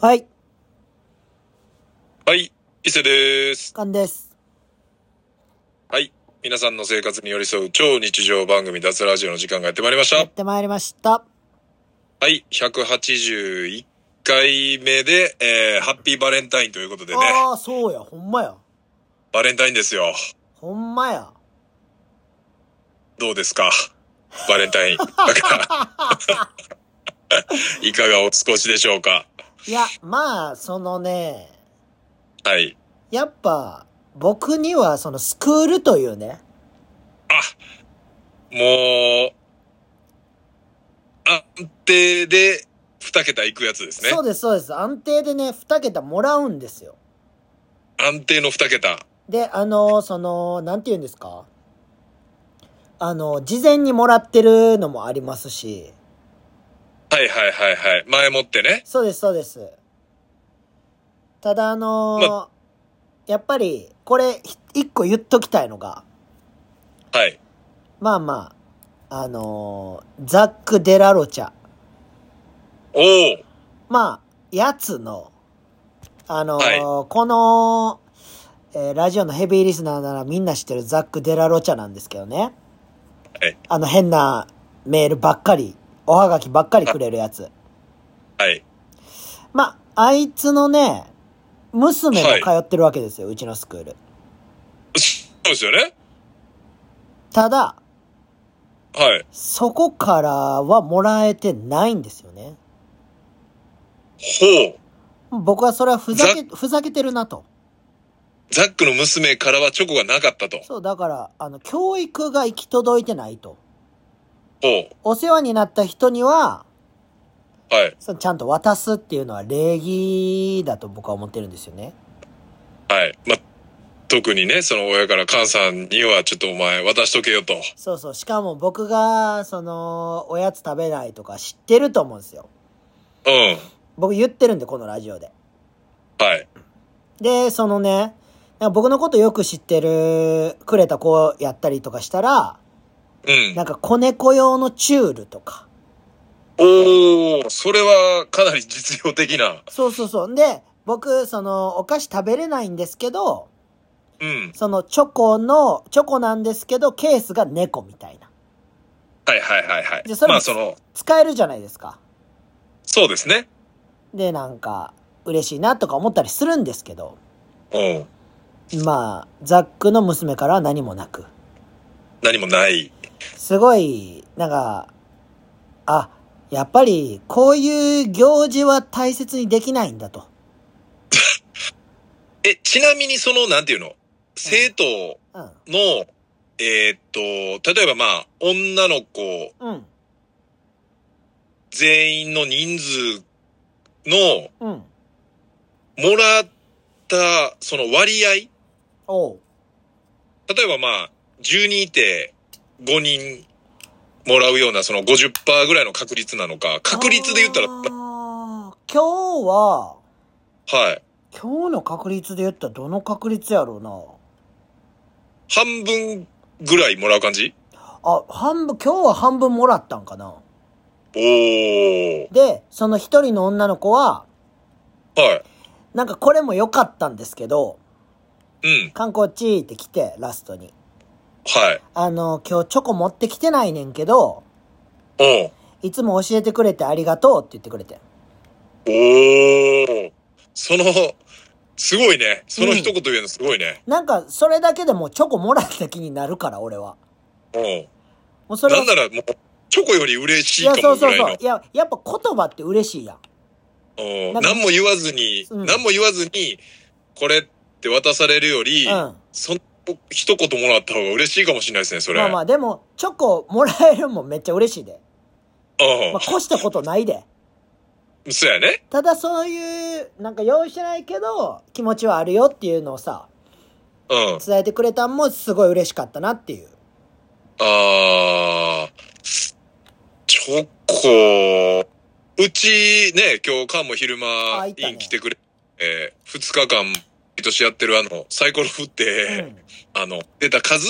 はい、はい、伊勢です。カンです。はい、皆さんの生活に寄り添う超日常番組脱ラジオの時間がやってまいりまし。やったてまいりました。はい、181回目で、えー、ハッピーバレンタインということでね、ああ、そうや、ほんまや。バレンタインですよ。ほんまや。どうですかバレンタイン。だから、 いかがお過ごしでしょうかいや、まあ、そのね、はい。やっぱ、僕にはそのスクールというね、もう、安定で2桁いくやつですねそ。うです、そうです。安定でね、二桁もらうんですよ。安定の2桁。で、あの、その、なんて言うんですかあの、事前にもらってるのもありますし、はいはいはいはい。前もってね。そうです、そうです。ただ、あのまやっぱり、これ、ひ一個言っときたいのが、はい。まあまあ、あのーザック・デラロチャ。おおまあ、やつの、あのーはこの、えーラジオのヘビーリスナーならみんな知ってるザック・デラロチャなんですけどね。はいあの変なメールばっかり、おはがきばっかりくれるやつ。はい。まあ、あいつのね、娘も通ってるわけですよ、うちのスクール。そうですよね。ただ、はい。そこからはもらえてないんですよね。ほう。僕はそれはふざけ、ふざけてるなと。ザックの娘からはチョコがなかったと。そう、だから、あの、教育が行き届いてないと。ほお世話になった人には、う。はい。そのちゃんと渡すっていうのは礼儀だと僕は思ってるんですよね。はい。ま、特にね、その親から母さんにはちょっとお前渡しとけよと。そうそう。しかも僕が、その、おやつ食べないとか知ってると思うんですよ。うん。僕言ってるんで、このラジオで。はい。で、そのね、なんか僕のことよく知ってる、くれた子やったりとかしたら、うんなん。か子猫用のチュールとか。おおそれはかなり実用的な。そうそうそう。んで、僕、その、お菓子食べれないんですけど、うん。そのチョコの、チョコなんですけど、ケースが猫みたいな。はいはいはいはいじゃあそ。れもまあその、使えるじゃないですか。そうですね。で、なんか、嬉しいなとか思ったりするんですけど、うん。まあ、ザックの娘からは何もなく。何もない。すごい、なんか、あ、やっぱり、こういう行事は大切にできないんだと。え、ちなみにその、なんていうの生徒うん。の、えーっと、例えばまあ、女の子うん。全員の人数のうん。もらったその割合おう。例えばまあ、10人いて5人もらうようなその50%ぐらいの確率なのか、確率で言ったら、あまー今日は、はい。今日の確率で言ったらどの確率やろうな。半分ぐらいもらう感じあ、半分、今日は半分もらったんかな。おー。で、その一人の女の子は、はい。なんかこれも良かったんですけど、うん。観光地って来て、ラストに。はい。あの、今日チョコ持ってきてないねんけど、おー。いつも教えてくれてありがとうって言ってくれて。おー。その、すごいね。その一言言うのすごいね。なんか、それだけでもうチョコもらった気になるから、俺は。うん。もうそれなはんならもう、チョコより嬉しいいかや、そもうぐそうらいの。そう。いや、やっぱ言葉って嬉しいやん。うんなんか何も言わずに、うん何も言わずに、これって渡されるより、うん。その一言もらった方が嬉しいかもしれないですね、それ。まあまあ、でも、チョコもらえるもんめっちゃ嬉しいで。うんまあ、越したことないで。そうやね。ただそういう、なんか用意してないけど、気持ちはあるよっていうのをさ、うん。伝えてくれたんもすごい嬉しかったなっていう。あー、チョコ、うちね、今日、カンも昼間、あいたね院来てくれ、えー、二日間、毎年やってるあの、サイコロ振って、あの、出た数、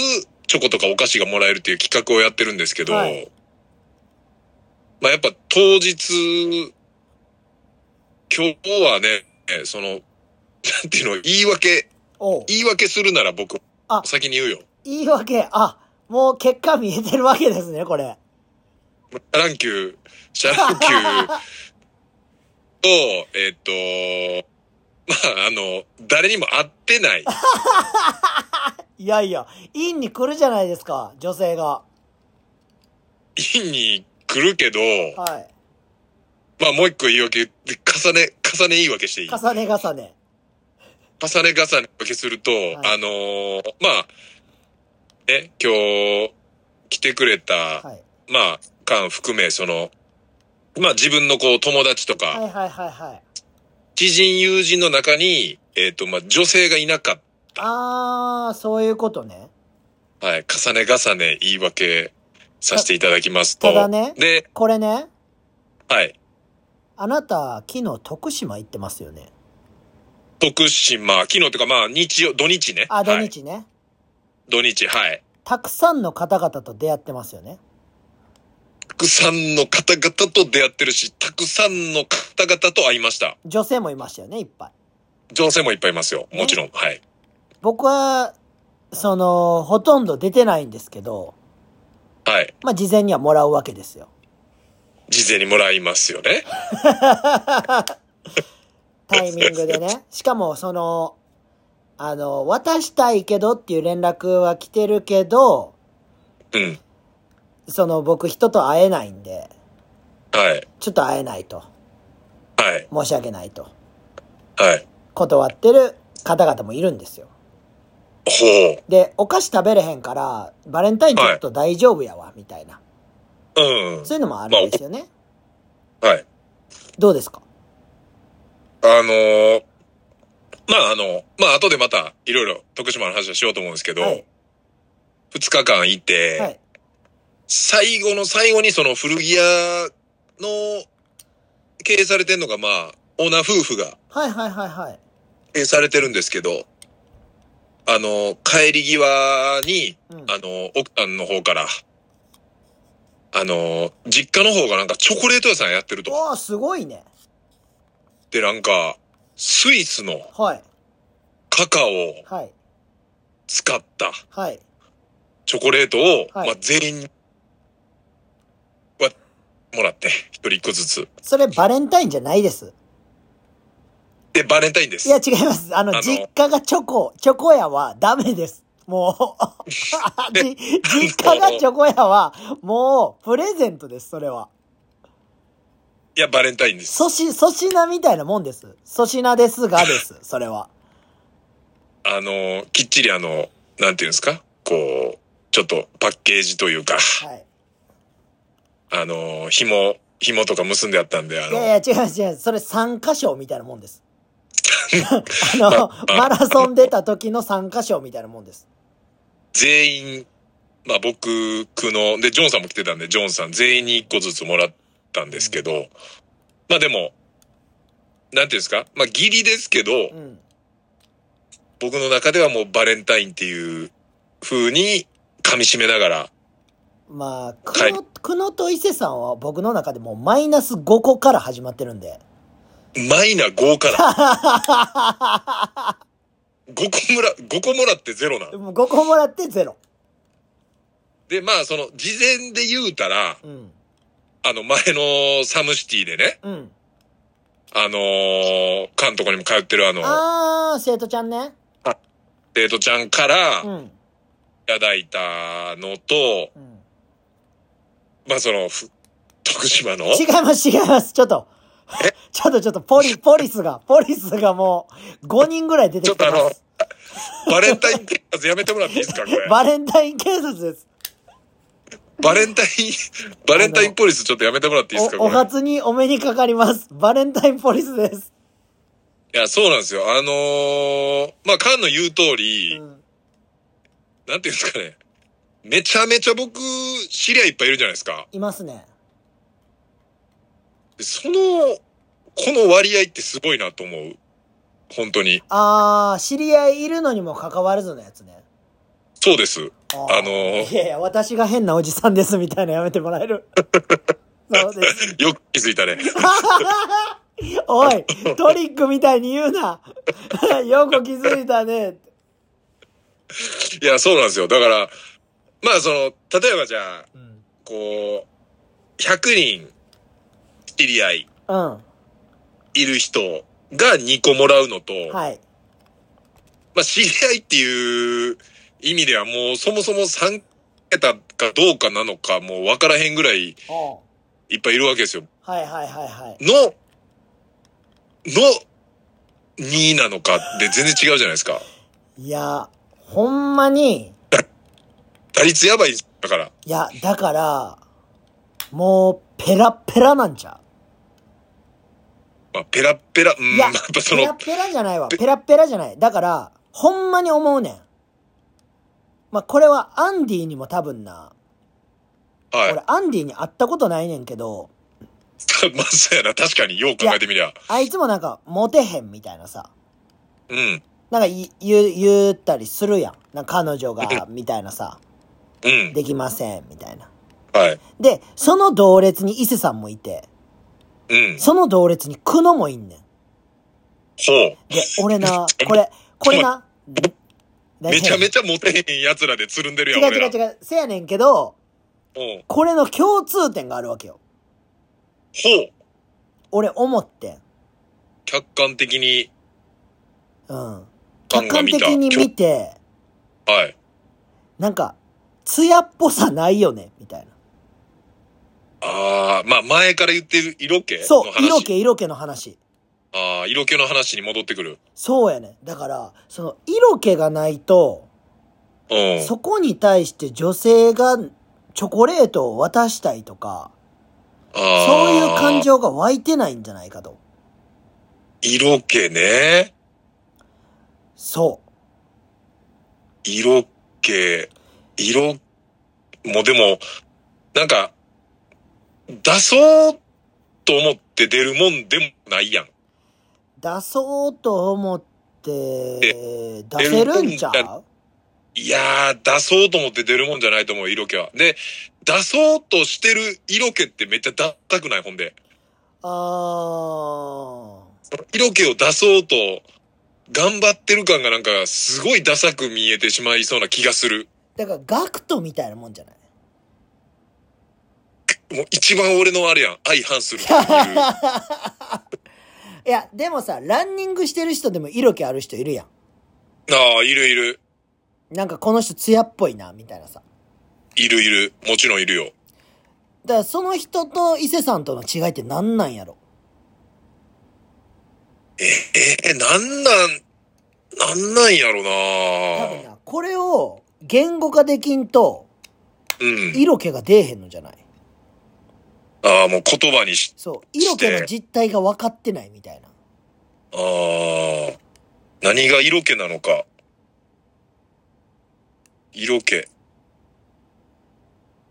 チョコとかお菓子がもらえるっていう企画をやってるんですけど、はいまあやっぱ当日今日はね、えその、なんていうの、言い訳、おう言い訳するなら僕あ、先に言うよ。言い訳。あ、もう結果見えてるわけですね、これ。シャランキュー、シ ャランキューと、えっと、まあ、あの、誰にも会って ない。いやいや、インに来るじゃないですか、女性が。院に来るけど、はまあもう一個言い訳言って、重ね、重ね言い訳していいい。重ね重ね。重ね重ね言い訳すると、あのーまあ、ね、今日、来てくれた、はい。まあ、間含め、その、まあ自分のこう友達とか、はいはいはいはい。知人友人の中に、えっ、と、まあ女性がいなかっあー、そういうことね。た、はい、重ね重ね言い訳させていただきますと、ただね、で、これね、はい、あなた、昨日徳島行ってますよね。徳島、昨日とかまあ日曜、土日ね。あ、土はい、日ね。土日、はい。たくさんの方々と出会ってますよね。たくさんの方々と出会ってるし、たくさんの方々と会いました。女性もいましたよね、いっぱい。女性もいっぱいいますよ。もちろん。はい。僕は、その、ほとんど出てないんですけど、はい。まあ、事前にはもらうわけですよ。事前にもらいますよね。タイミングでね。しかも、その、あの、渡したいけどっていう連絡は来てるけど、うん。その、僕人と会えないんで、はい。ちょっと会えないと。はい。申し訳ないと。はい。断ってる方々もいるんですよ。ほで、お菓子食べれへんから、バレンタインちょっと大丈夫やわ、みたいな。う。うん。そういうのもあるんですよね。はい。どうですかあのーまああの、まあ後でまたいろいろ徳島の話をしようと思うんですけど、二、はい。日間いて、はい。最後の最後にその古着屋の経営されてんのがまあオーナー夫婦がはいはいはいはい。経営されてるんですけど、あの、帰り際に、うん。あの、奥さんの方から、あの、実家の方がなんかチョコレート屋さんやってると。おー、すごいね。で、なんか、スイスのはい。カカオをはい。使ったはい。チョコレートを、はいまあ、全員に、は、もらって、一人一個ずつ。それバレンタインじゃないです。で、バレンタインでいす。や、違います。あの、あの実家がチョコ、チョコ屋はダメです。も う、じ実家がチョコ屋は、もう、プレゼントです、それは。いや、バレンタインです。粗品、粗品みたいなもんです。粗品ですがです、それは。あの、きっちりあの、なんていうんですかこう、ちょっとパッケージというか、はい。あの、紐、紐とか結んであったんで、あいの、やいや、違う違う。それ3箇所みたいなもん です。あまの、あマラソン出た時の3箇所みたいなもんです。全員、まあ僕の、で、ジョンさんも来てたんで、ジョンさん全員に一個ずつもらったんですけど、まあでも、なんていうんですかまあギリですけど、うん。僕の中ではもうバレンタインっていう風に噛み締めながら、まあ、くはいの、くのと伊勢さんは僕の中でもうマイナス5個から始まってるんで。マイナ5から、5個もら、5個もらってゼロなん。 5個もらってゼロ。で、まあその、事前で言うたら、うん。あの前のサムシティでね、うん。あのー、カンとこにも通ってるあの、あー、生徒ちゃんね。デートちゃんからういん。ただいたのと、うんまあその、ふ徳島の、違います、違います。ちょっと。 ちょっと、ちょっと、ポリ、ポリスが、ポリスがもう、5人ぐらい出てきてちょっとあまのす。バレンタイン警察やめてもらっていいですかこれ。バレンタイン警察です。バレンタイン、バレンタインポリスちょっとやめてもらっていいですかお、おこれ。初にお目にかかります。バレンタインポリスです。いや、そうなんですよ。あのー、まあ、カンの言う通り、うんなんていうんですかね。めちゃめちゃ僕、知り合いいっぱいいるじゃないですか。いますね。でその、この割合ってすごいなと思う。本当に。あー、知り合いいるのにもかかわらずのやつね。そうです。ああのー いやいや、私が変なおじさんですみたいなやめてもらえる。そうです。よく気づいたね。おい、トリックみたいに言うな。 よく気づいたね。いや、そうなんですよ。だから、まあその、例えばじゃあ、うん。こう、100人、知り合い、うん。いる人が2個もらうのと、はい。まあ知り合いっていう意味ではもうそもそも3桁かどうかなのかもうわからへんぐらいおういっぱいいるわけですよ。はいはいはいはい。の、の、2なのかで全然違うじゃないですか。いや、ほんまに、打率やばいですだから。いや、だから、もう、ペラペラなんちゃまあ、ペラペラ、うういん、まあややっ、ぱそペラの、ペラじゃないわ。ペラペラじゃない。だから、ほんまに思うねん。まあ、これはアンディにも多分な、は俺アンディに会ったことないねんけど、い。 まあ、そうやな。確かに、よう考えてみりゃ。あいつもなんか、モテへんみたいなさ、うん。なんかい言う言ったりするやん。なんか彼女が、みたいなさ、うん。できません、みたいな。はい。で、その同列に伊勢さんもいて、うん。その同列に久野もいんねん。ほで、俺 な、これ、これな、う。 めちゃめちちゃモテへん奴らでつるんでるやん、違う俺違ら。う違う。せやねんけど、うん。これの共通点があるわけよ。ほう。俺思ってん。客観的に、うん。感客が観見た的に見て、はい。なんか、艶っぽさないよね、みたいな。ああ、まあ、前から言ってる色気そのう、話色。気色気の話。ああ、色気の話に戻ってくる。そうやねん。だから、その、色気がないと、うん。そこに対して女性がチョコレートを渡したいとか、ああ。そういう感。情が湧いてないんじゃないかと。色気ね。そう。色気、色、もうでも、なんか、出そうと思って出るもんでもないやん。出そうと思って、出せるんちゃういやー、出そうと思って出るもんじゃないと思う、色気は。で、出そうとしてる色気ってめっちゃ出したくない、ほんで。あ色気を出そうと、頑張ってる感がなんか、すごいダサく見えてしまいそうな気がする。ー。だから、ガクトみたいなもんじゃないもう一番俺のあれやん、相反する っていう。いや、でもさ、ランニングしてる人でも色気ある人いるやああ、いるいる。ん。なんかこの人艶っぽいな、みたいなさ。いるいる。もちろんいるよ。だから、その人と伊勢さんとの違いって何なんやろえー、なんなん、なんなんやろ多分なな、これを言語化できんと、うん。色気が出えへんのじゃないああ、もう言葉にし、そう、色気の実態が分かってないみたいな。ああ、何が色気なのか。色気。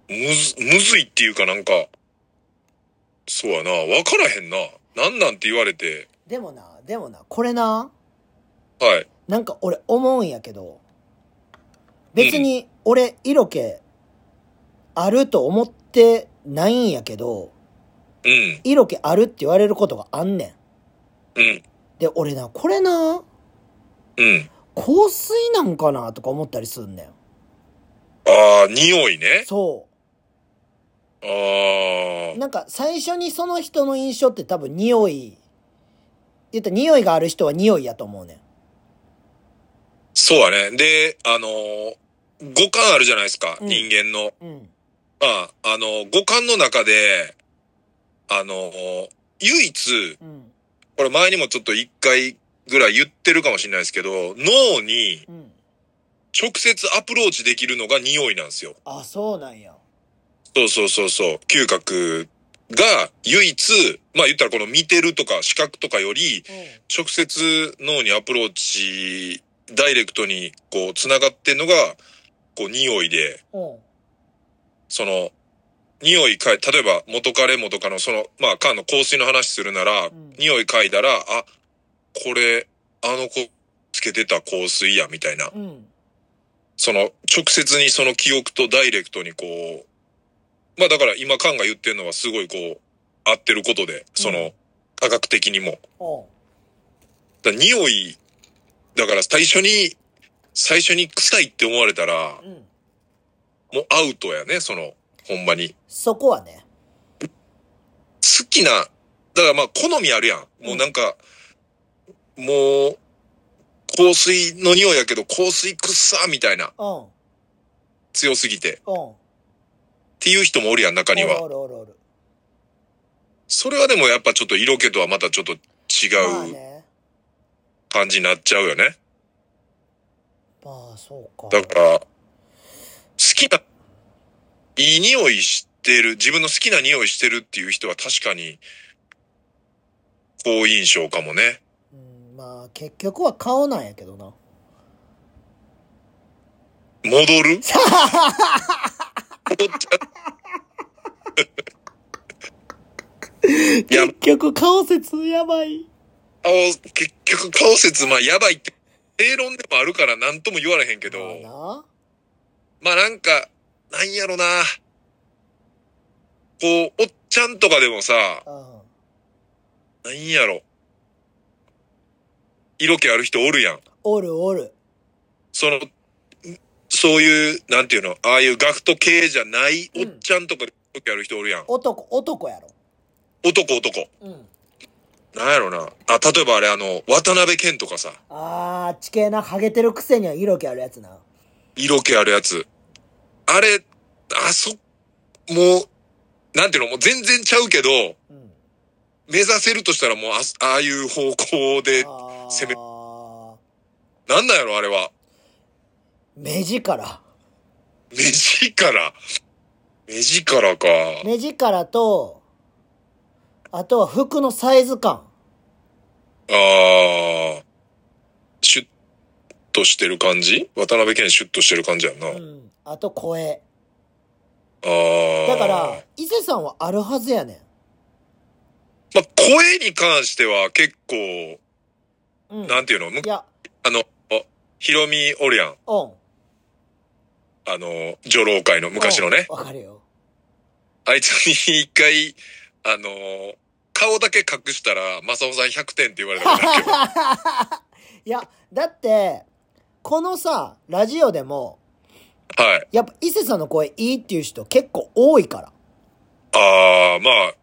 むず、むずいっていうかなんか、そうやな。わからへんな。なんなんて言われて、でもな、でもな、これな、はい。なんか俺思うんやけど、別に俺色気あると思ってないんやけど、うん、色気あるって言われることがあんねん。うん、で、俺な、これな、うん。香水なんかなとか思ったりすんねん。ああ、匂いね。そあう。なんか最初にその人の印象って多分匂い、言ったら匂いがある人は匂いやと思うねん。あ、そうやね。で、あのー五感あるじゃないですか。うん人間の。うん。まあ、あの、五感の中で、あの、唯一、うん。これ前にもちょっと一回ぐらい言ってるかもしれないですけど、脳にうん。直接アプローチできるのが匂いなんですよ。あ、そうなんや。そうそうそうそう。嗅覚が唯一、まあ言ったらこの見てるとか視覚とかより、う直接脳にアプローチ、ダイレクトにこう繋がってんのが、こう匂いで、ん。うん。その、匂い嗅い、例えば元カレ元カノ、その、まあ、缶の香水の話するなら、ん匂い嗅いだら、あ、これ、あの子つけてた香水や、みたいな。うん。その、直接にその記憶とダイレクトにこう、まあだから今缶が言ってるのはすごいこう、合ってることで、その、うん価格的にも。おうだから匂い、だから最初に、最初に臭いって思われたら、うん。もうアウトやね、その、ほんまに。そこはね。好きな、だからまあ好みあるやん。もうなんか、もう、香水の匂いやけど、香水くっさーみたいな、うん。強すぎて。っうん。ていう人もおるやん、中におは。るおるおるおる。それはでもやっぱちょっと色気とはまたちょっとまあ違うね。感じになっちゃうよね。まあ、そうか。だから、好きな、いい匂いしてる、自分の好きな匂いしてるっていう人は確かに、好印象かもね。うん、まあ、結局は顔なんやけどな。戻 る戻っちゃう。いや結、局顔説やばい。顔、結局顔説、まあやばいって、正論でもあるから何とも言われへんけど、まあな。まあなんか、なんやろな。こう、おっちゃんとかでもさ、うん。なんやろ。色気ある人おるやん。おるおる。その、んそういう、なんていうの、ああいうガクト系じゃないおうんっちゃんとかで色気ある人おるやん。男、男やろ。男男。うん。なんやろな。あ、例えばあれあの、渡辺謙とかさ、あー、地形な、ハゲてるくせには色気あるやつな。色気あるやつ。あれ、あそ、もう、なんていうの、もう全然ちゃうけど、うん。目指せるとしたらもうあす、ああいう方向で、あ攻めー、なんなんやろ、あれは。目力。目力。目力か。目力と、あとは服のサイズ感。ああ、シュッとしてる感じ渡辺謙シュッとしてる感じやんな。うあん。あと声。あ。だから、伊勢さんはあるはずやねまあ、声に関しては結構、ん。うん。なんていうのむいや、あの、あヒロミおるやん。うん。あの、女郎会の昔のね。うんわかるよ。 あいつに一回、あの、顔だけ隠したら、マサオさん100点って言 われたことあるけど。いや、だって、このさ、ラジオでも、はい。やっぱ伊勢さんの声いいっていう人結構多いから。ああ、まあ、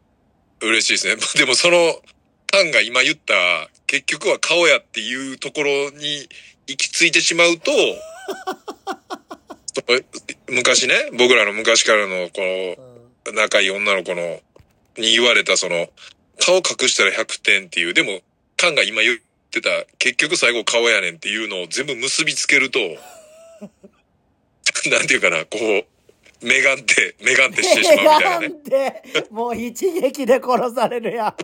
嬉しいですね。でもその、タンが今言った、結局は顔やっていうところに行き着いてしま うと、その昔ね、僕らの昔からのこうん。の仲いい女の子の、に言われたその、顔隠したら100点っていう、でも、タンが今言ってた、結局最後顔やねんっていうのを全部結びつけると、 なんていうかな、こう、メガンって、メガンってしてしまうみたいな ね。なんで、もう一撃で殺されるやん。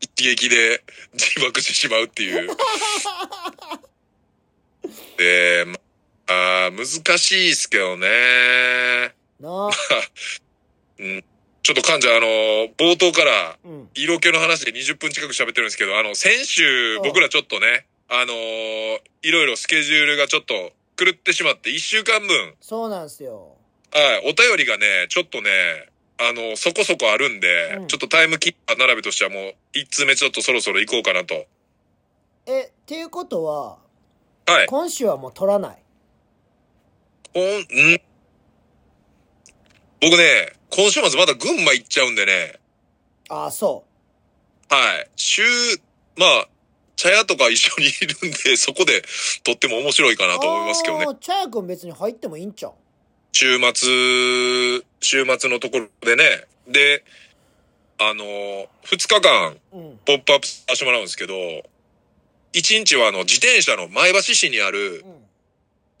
一撃で自爆してしまうっていう。 で、まあー、難しいですけどね。 なあ。ちょっと患者、あの、冒頭からうん。色気の話で20分近く喋ってるんですけど、あの、先週うん僕らちょっとね、あのーいろいろスケジュールがちょっと狂ってしまって、1週間分、そうなんすよ。はい、お便りがね、ちょっとね、あの、そこそこあるんで、うんちょっとタイムキーパー並べとしてはもう、1通目ちょっとそろそろ行こうかなと。え、っていうことは、はい。今週はもう取らない。こん、ん僕ね、今週末まだ群馬行っちゃうんでね、ああ、そはい。週、まあ、茶屋とか一緒にいるんで、そこで撮っても面白いかう。なと思いますけどねあ。ー。茶屋くん別に入ってもいいんちゃう週末、週末のところでね。で、あのー、2日間、うん。ポップアップさせてもらうんですけど、1日はあの、自転車の前橋市にあるう、ん。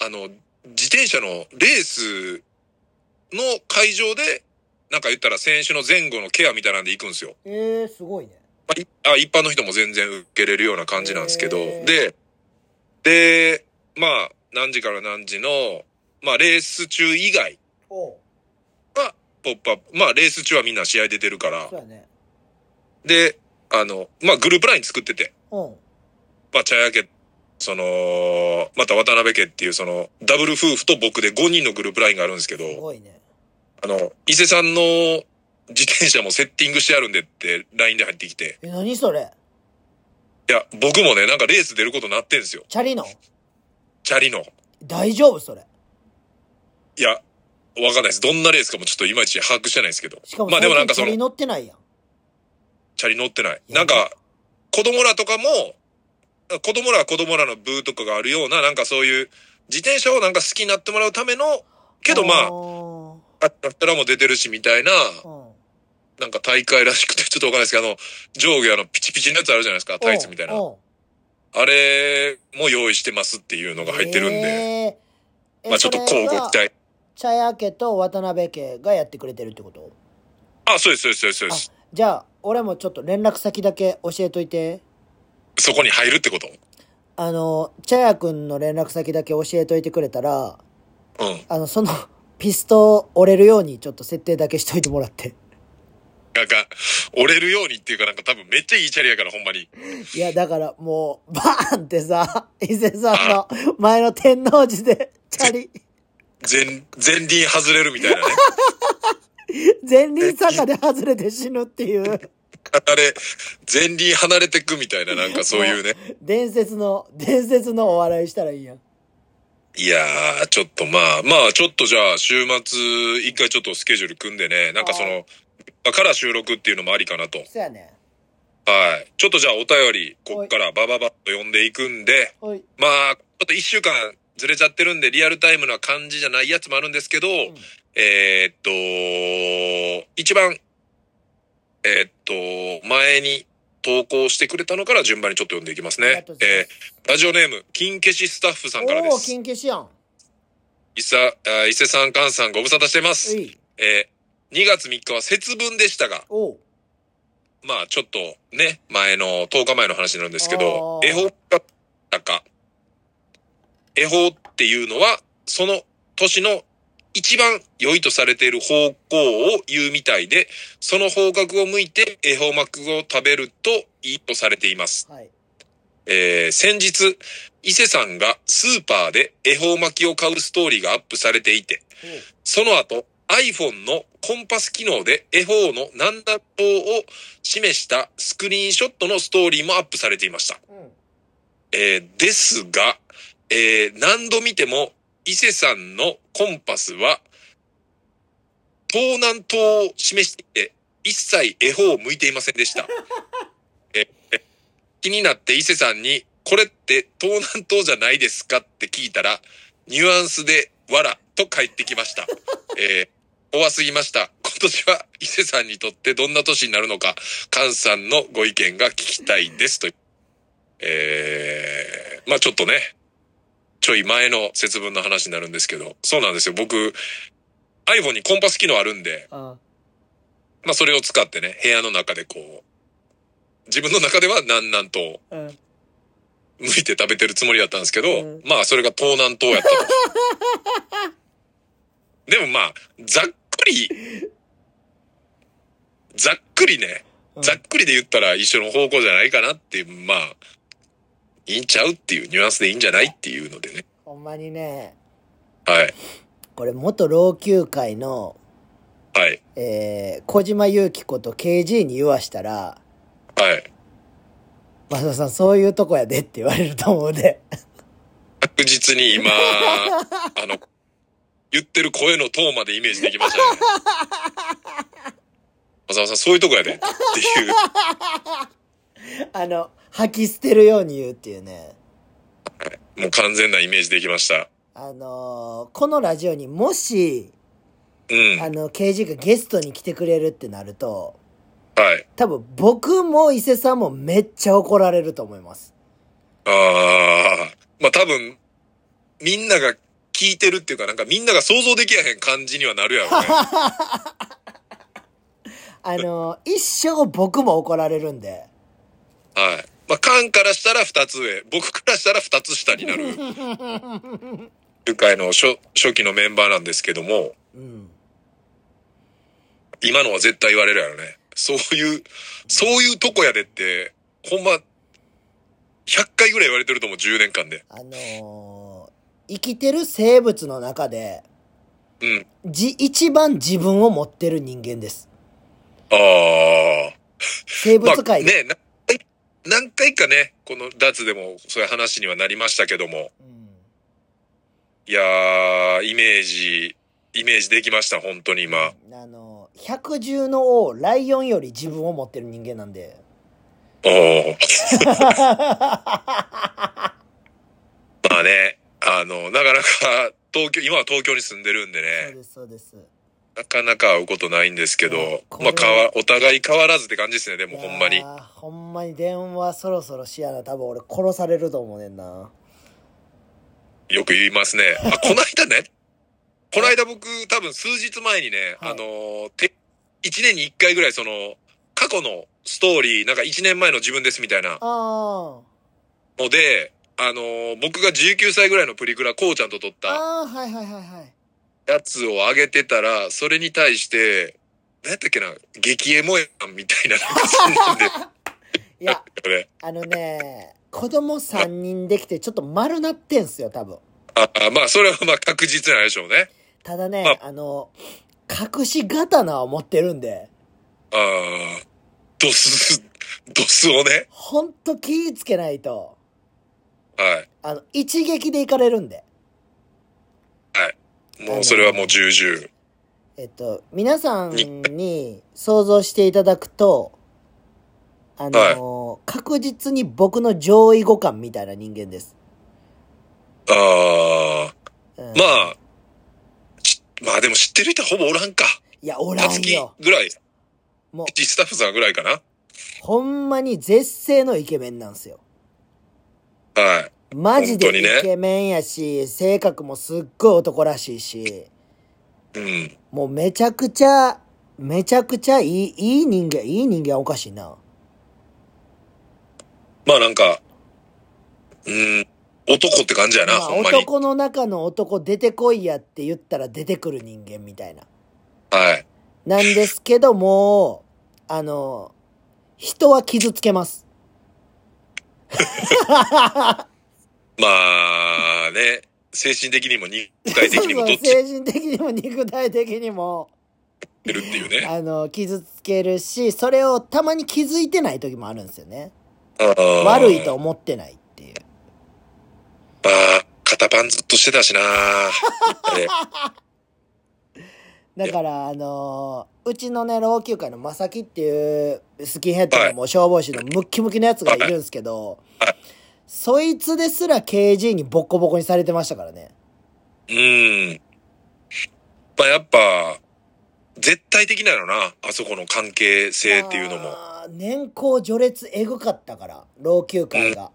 あの、自転車のレースの会場で、なんか言ったら選手の前後のケアみたいなんで行くんですよ。ええー、すごいね。まあいあ、一般の人も全然受けれるような感じなんですけど、へーで、で、まあ、何時から何時の、まあ、レース中以外おう。は、ポップアップ、まあ、レース中はみんな試合出てるからそ、うやね。で、あの、まあ、グループライン作ってて、うん。まあ、茶屋家、その、また渡辺家っていう、その、ダブル夫婦と僕で5人のグループラインがあるんですけど、すごいね。あの、伊勢さんの自転車もセッティングしてあるんでって LINE で入ってきて。え、何それいや、僕もね、なんかレース出ることになってんですよ。チャリのチャリの。大丈夫それ。いや、わかんないです。どんなレースかもちょっといまいち把握してないですけどしか。も、まあでもなんかチそャのリ、乗ってないやん。チャリ乗ってない。やなんか、子供らとかも、子供らは子供らの部とかがあるような、なんかそういう、自転車をなんか好きになってもらうための、けどまあ、あったらも出てるしみたいな、あー。うんなんか大会らしくて、ちょっとわかんないですけど、あの、上下あの、ピチピチのやつあるじゃないですか、タイツみたいなう。んうんあれも用意してますっていうのが入ってるんで、えーえまあちょっとそれ交は互期待。茶屋家と渡辺家がやってくれてるってことあ、そうです、そうです、そうですそうあです。じゃあ俺もちょっと連絡先だけ教えといてそこに入るってことあの茶屋くんの連絡先だけ教えといてくれたらうん。あのその ピストン折れるようにちょっと設定だけしといてもら ってなんか、折れるようにっていうかなんか多分めっちゃいいチャリやから、ほんまに。いやだからもうバーンってさ伊勢さんの前の天王寺でチャリ前、前輪外れるみたいなね。前輪坂で外れて死ぬっていう離れ、前輪離れてくみたいな、なんかそうい うね。伝説の伝説のお笑いしたらいいやんいやー、ちょっとまあ、まあちょっとじゃあ週末、一回ちょっとスケジュール組んでね、なんかそはの、から収録っていうのもありかなと。そやねはい。ちょっとじゃあお便り、こっからバババッと読んでいくんで、おいまあ、ちょっと一週間ずれちゃってるんで、リアルタイムな感じじゃないやつもあるんですけど、えーっと、一番、えーっと、前に投稿してくれたのから順番にちょっと読んでいきますありがねとう。ございまえすーラジオネーム、金消しスタッフさんからでおおーす。金消しやんう伊佐あ伊勢さん、菅さん、ご無沙汰してます。いえー2月3日は節分でしたが、おうまあちょっとね、前の、10日前の話なんですけど、あー恵方だったか。恵方っていうのは、その年の一番良いとされている方向を言うみたいで、その方角を向いて恵方巻くを食べるといいとされています。はいえー先日、伊勢さんがスーパーで恵方巻きを買うストーリーがアップされていて、その後、iPhone のコンパス機能で絵方の何だとを示したスクリーンショットのストーリーもアップされていました。おううんえーですが、えー何度見ても伊勢さんのコンパスは東南東を示していて一切絵方を向いていませんでした。 えー気になって伊勢さんにこれって東南東じゃないですかって聞いたらニュアンスでわらと返ってきました。えー怖すぎました。今年は伊勢さんにとってどんな年になるのか、菅さんのご意見が聞きたいです。というえー、まあちょっとね、ちょい前の節分の話になるんですけど、そうなんですよ。僕、iPhone にコンパス機能あるんで、あまあそれを使ってね、部屋の中でこう、自分の中では南南東うん向いて食べてるつもりだったんですけど、うんまあそれが東南東やった と。でもまあ、ざっくり、ざっくりね、うんざっくりで言ったら一緒の方向じゃないかなっていう、まあ、いいんちゃうっていうニュアンスでいいんじゃないっていうのでね。ほんまにねはい。これ元老朽会の、はい。えー、小島祐樹こと KG に言わしたらはい。 「増田さんそういうとこやで」って言われると思うで 確実に今、あの、言ってる声のトーンまでイメージできましたね。浅尾さん、そういうとこやで。っていう。あの吐き捨てるように言うっていうねもう完全なイメージできました。あのーこのラジオにもしう ん。あはい。の KG がゲストに来てくれるってなると多分僕も伊勢さんもめっちゃ怒られると思いますああ。まあ多分、みんなが聞いてるっていうか、なんかみんなが想像できやへん感じにはなるやろうね。あのー一生僕も怒られるんではい。まあ、缶からしたら二つ上、僕からしたら二つ下になる、集会の初、初期のメンバーなんですけども、うん今のは絶対言われるやろね。そういう、そういうとこやでって、ほんま、100回ぐらい言われてると思う、10年間で。あのー生きてる生物の中でうん。じ一番自分を持ってる人間ですああ。生物界まで。あ、ねなえ何回かね、この脱でもそういう話にはなりましたけども、うんいやー、イメージ、イメージできました、本当に今。あの、百獣の王、ライオンより自分を持ってる人間なんで。おー まあね、あの、なかなか東京、今は東京に住んでるんそでうね、です、そうです。なかなか会うことないんですけいやど、これまあ、かわ、お互い変わらずって感じですね、でもほんまいにや。ー。ほんまに電話そろそろしやな。多分俺殺されると思うねんな。よく言いますね。あ、 この間ね、この間僕、多分数日前にね、はいあのー、て、1年に1回ぐらいその、過去のストーリー、なんか1年前の自分ですみたいなあーので、あのー、僕が19歳ぐらいのプリクラ、こうちゃんと撮ったあー、はいはいはいはい。やつを上げてたら、それに対して、何やったっけな、激エモやんみたいな、なんかそんなんで、いや、これ。あのね、 子供3人できてちょっと丸なってんすよ、多分。 ああまあ、それはまあ確実なんでしょうね。ただね、あの、隠し刀を持ってるんで、ああ、ドス、ドスをね。ほんと気ぃつけないと、はい。あの、一撃で行かれるんで。もうそれはもう重々。えっと、皆さんに想像していただくと、あの確実に僕の上位互換みたいな人間です。ああ。うんまあ、しまあでも知ってる人はほぼおらんか。いや、おらたんつきよ。ぐらい。もう、スタッフさんぐらいかな。ほんまに絶世のイケメンなんですよ。はい。マジで本当にねイケメンやし、性格もすっごい男らしいし、うん。もうめちゃくちゃ、めちゃくちゃいい、いい人間、いい人間はおかしいな。まあなんか、うん、男って感じやまな、あ、ほんまに。男の中の男出てこいやって言ったら出てくる人間みたいな。はい。なんですけども、あの、人は傷つけます。まあね、精神的にも肉体的にもどっちか精神的にも肉体的にも、ってるっていうね。あの、傷つけるし、それをたまに気づいてない時もあるんですよね。悪悪いと。思ってないっていう。まあ、肩パンずっとしてたしな。だから、あのーうちのね、老朽化のまさきっていうスキンヘッドのもう消防士のムッキムキのやつがいるんですけどはい、そいつですら KG にボッコボコにされてましたからね。うん。まあやっぱ、絶対的なのな、あそこの関係性っていうのも。あー年功序列えぐかったから、老朽化が。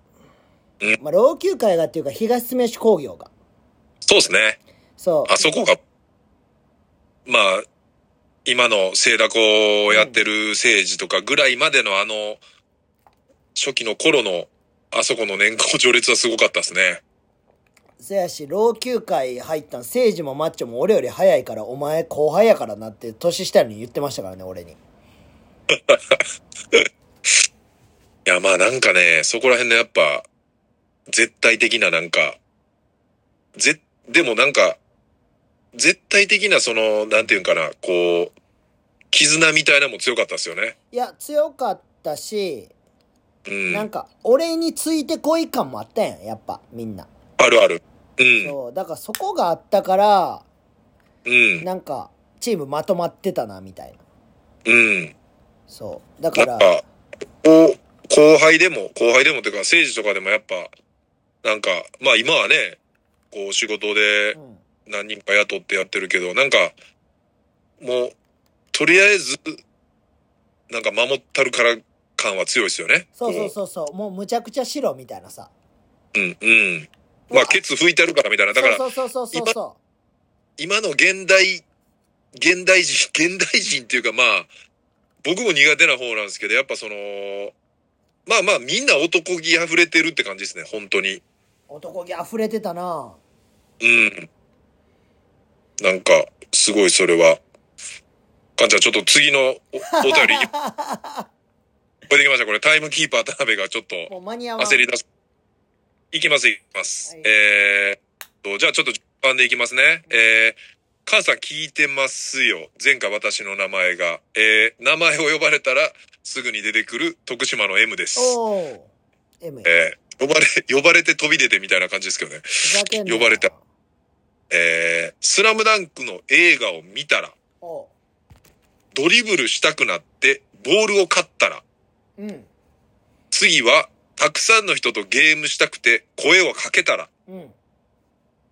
うんうんまあ、老朽化がっていうか、東住吉工業が。そうですね。そう。あそこが、まあ、今の聖田子をやってる政治とかぐらいまでのあの、初期の頃の、あそこの年功序列はすごかったですね。せやし、老朽化入ったん、政治もマッチョも俺より早いから、お前後輩やからなって、年下に言ってましたからね、俺に。いや、まあなんかね、そこら辺のやっぱ、絶対的ななんか、ぜ、でもなんか、絶対的なその、なんていうんかな、こう、絆みたいなのも強かったですよね。いや、強かったし、うん。なんか、俺についてこい感もあったやん、やっぱ、みんな。あるある。うん。そう、だからそこがあったから、うん。なんか、チームまとまってたな、みたいな。うん。そう。だかやらっ、ぱ、こう、後輩でも、後輩でもというか、政治とかでもやっぱ、なんか、まあ今はね、こう仕事でうん何人か雇ってやってるけど、なんか、もう、とりあえず、なんか守ったるから感は強いですよね。そうそうこそうそう、もうむちゃくちゃ白みたいなさ。う。うん、うん。まあ、ケツ拭いてあるからみたいな。だから、そうそうそうそうそ今の現代、現代人、 現代人っていうかまあ、僕も苦手な方なんですけど、やっぱその、まあまあみんな男気溢れてるって感じですね、本当に。う。男気溢れてたな。うん。なんか、すごいそれは。かんちゃん、ちょっと次 のおお便り、これできました。これタイムキーパー田辺がちょっともう間に合わん焦り出す。いきます、いきます。はいえーっと、じゃあちょっと順番でいきますね。えー母さん聞いてますよ。前回私の名前が。えー、名前を呼ばれたらすぐに出てくる徳島の M です。おー。M や。えー、呼ばれ、呼ばれて飛び出てみたいな感じですけどね。ふざけんなよ呼ばれた。えー、スラムダンクの映画を見たら、おドリブルしたくなって、ボールを買ったら、うん。次は、たくさんの人とゲームしたくて、声をかけたら、うん。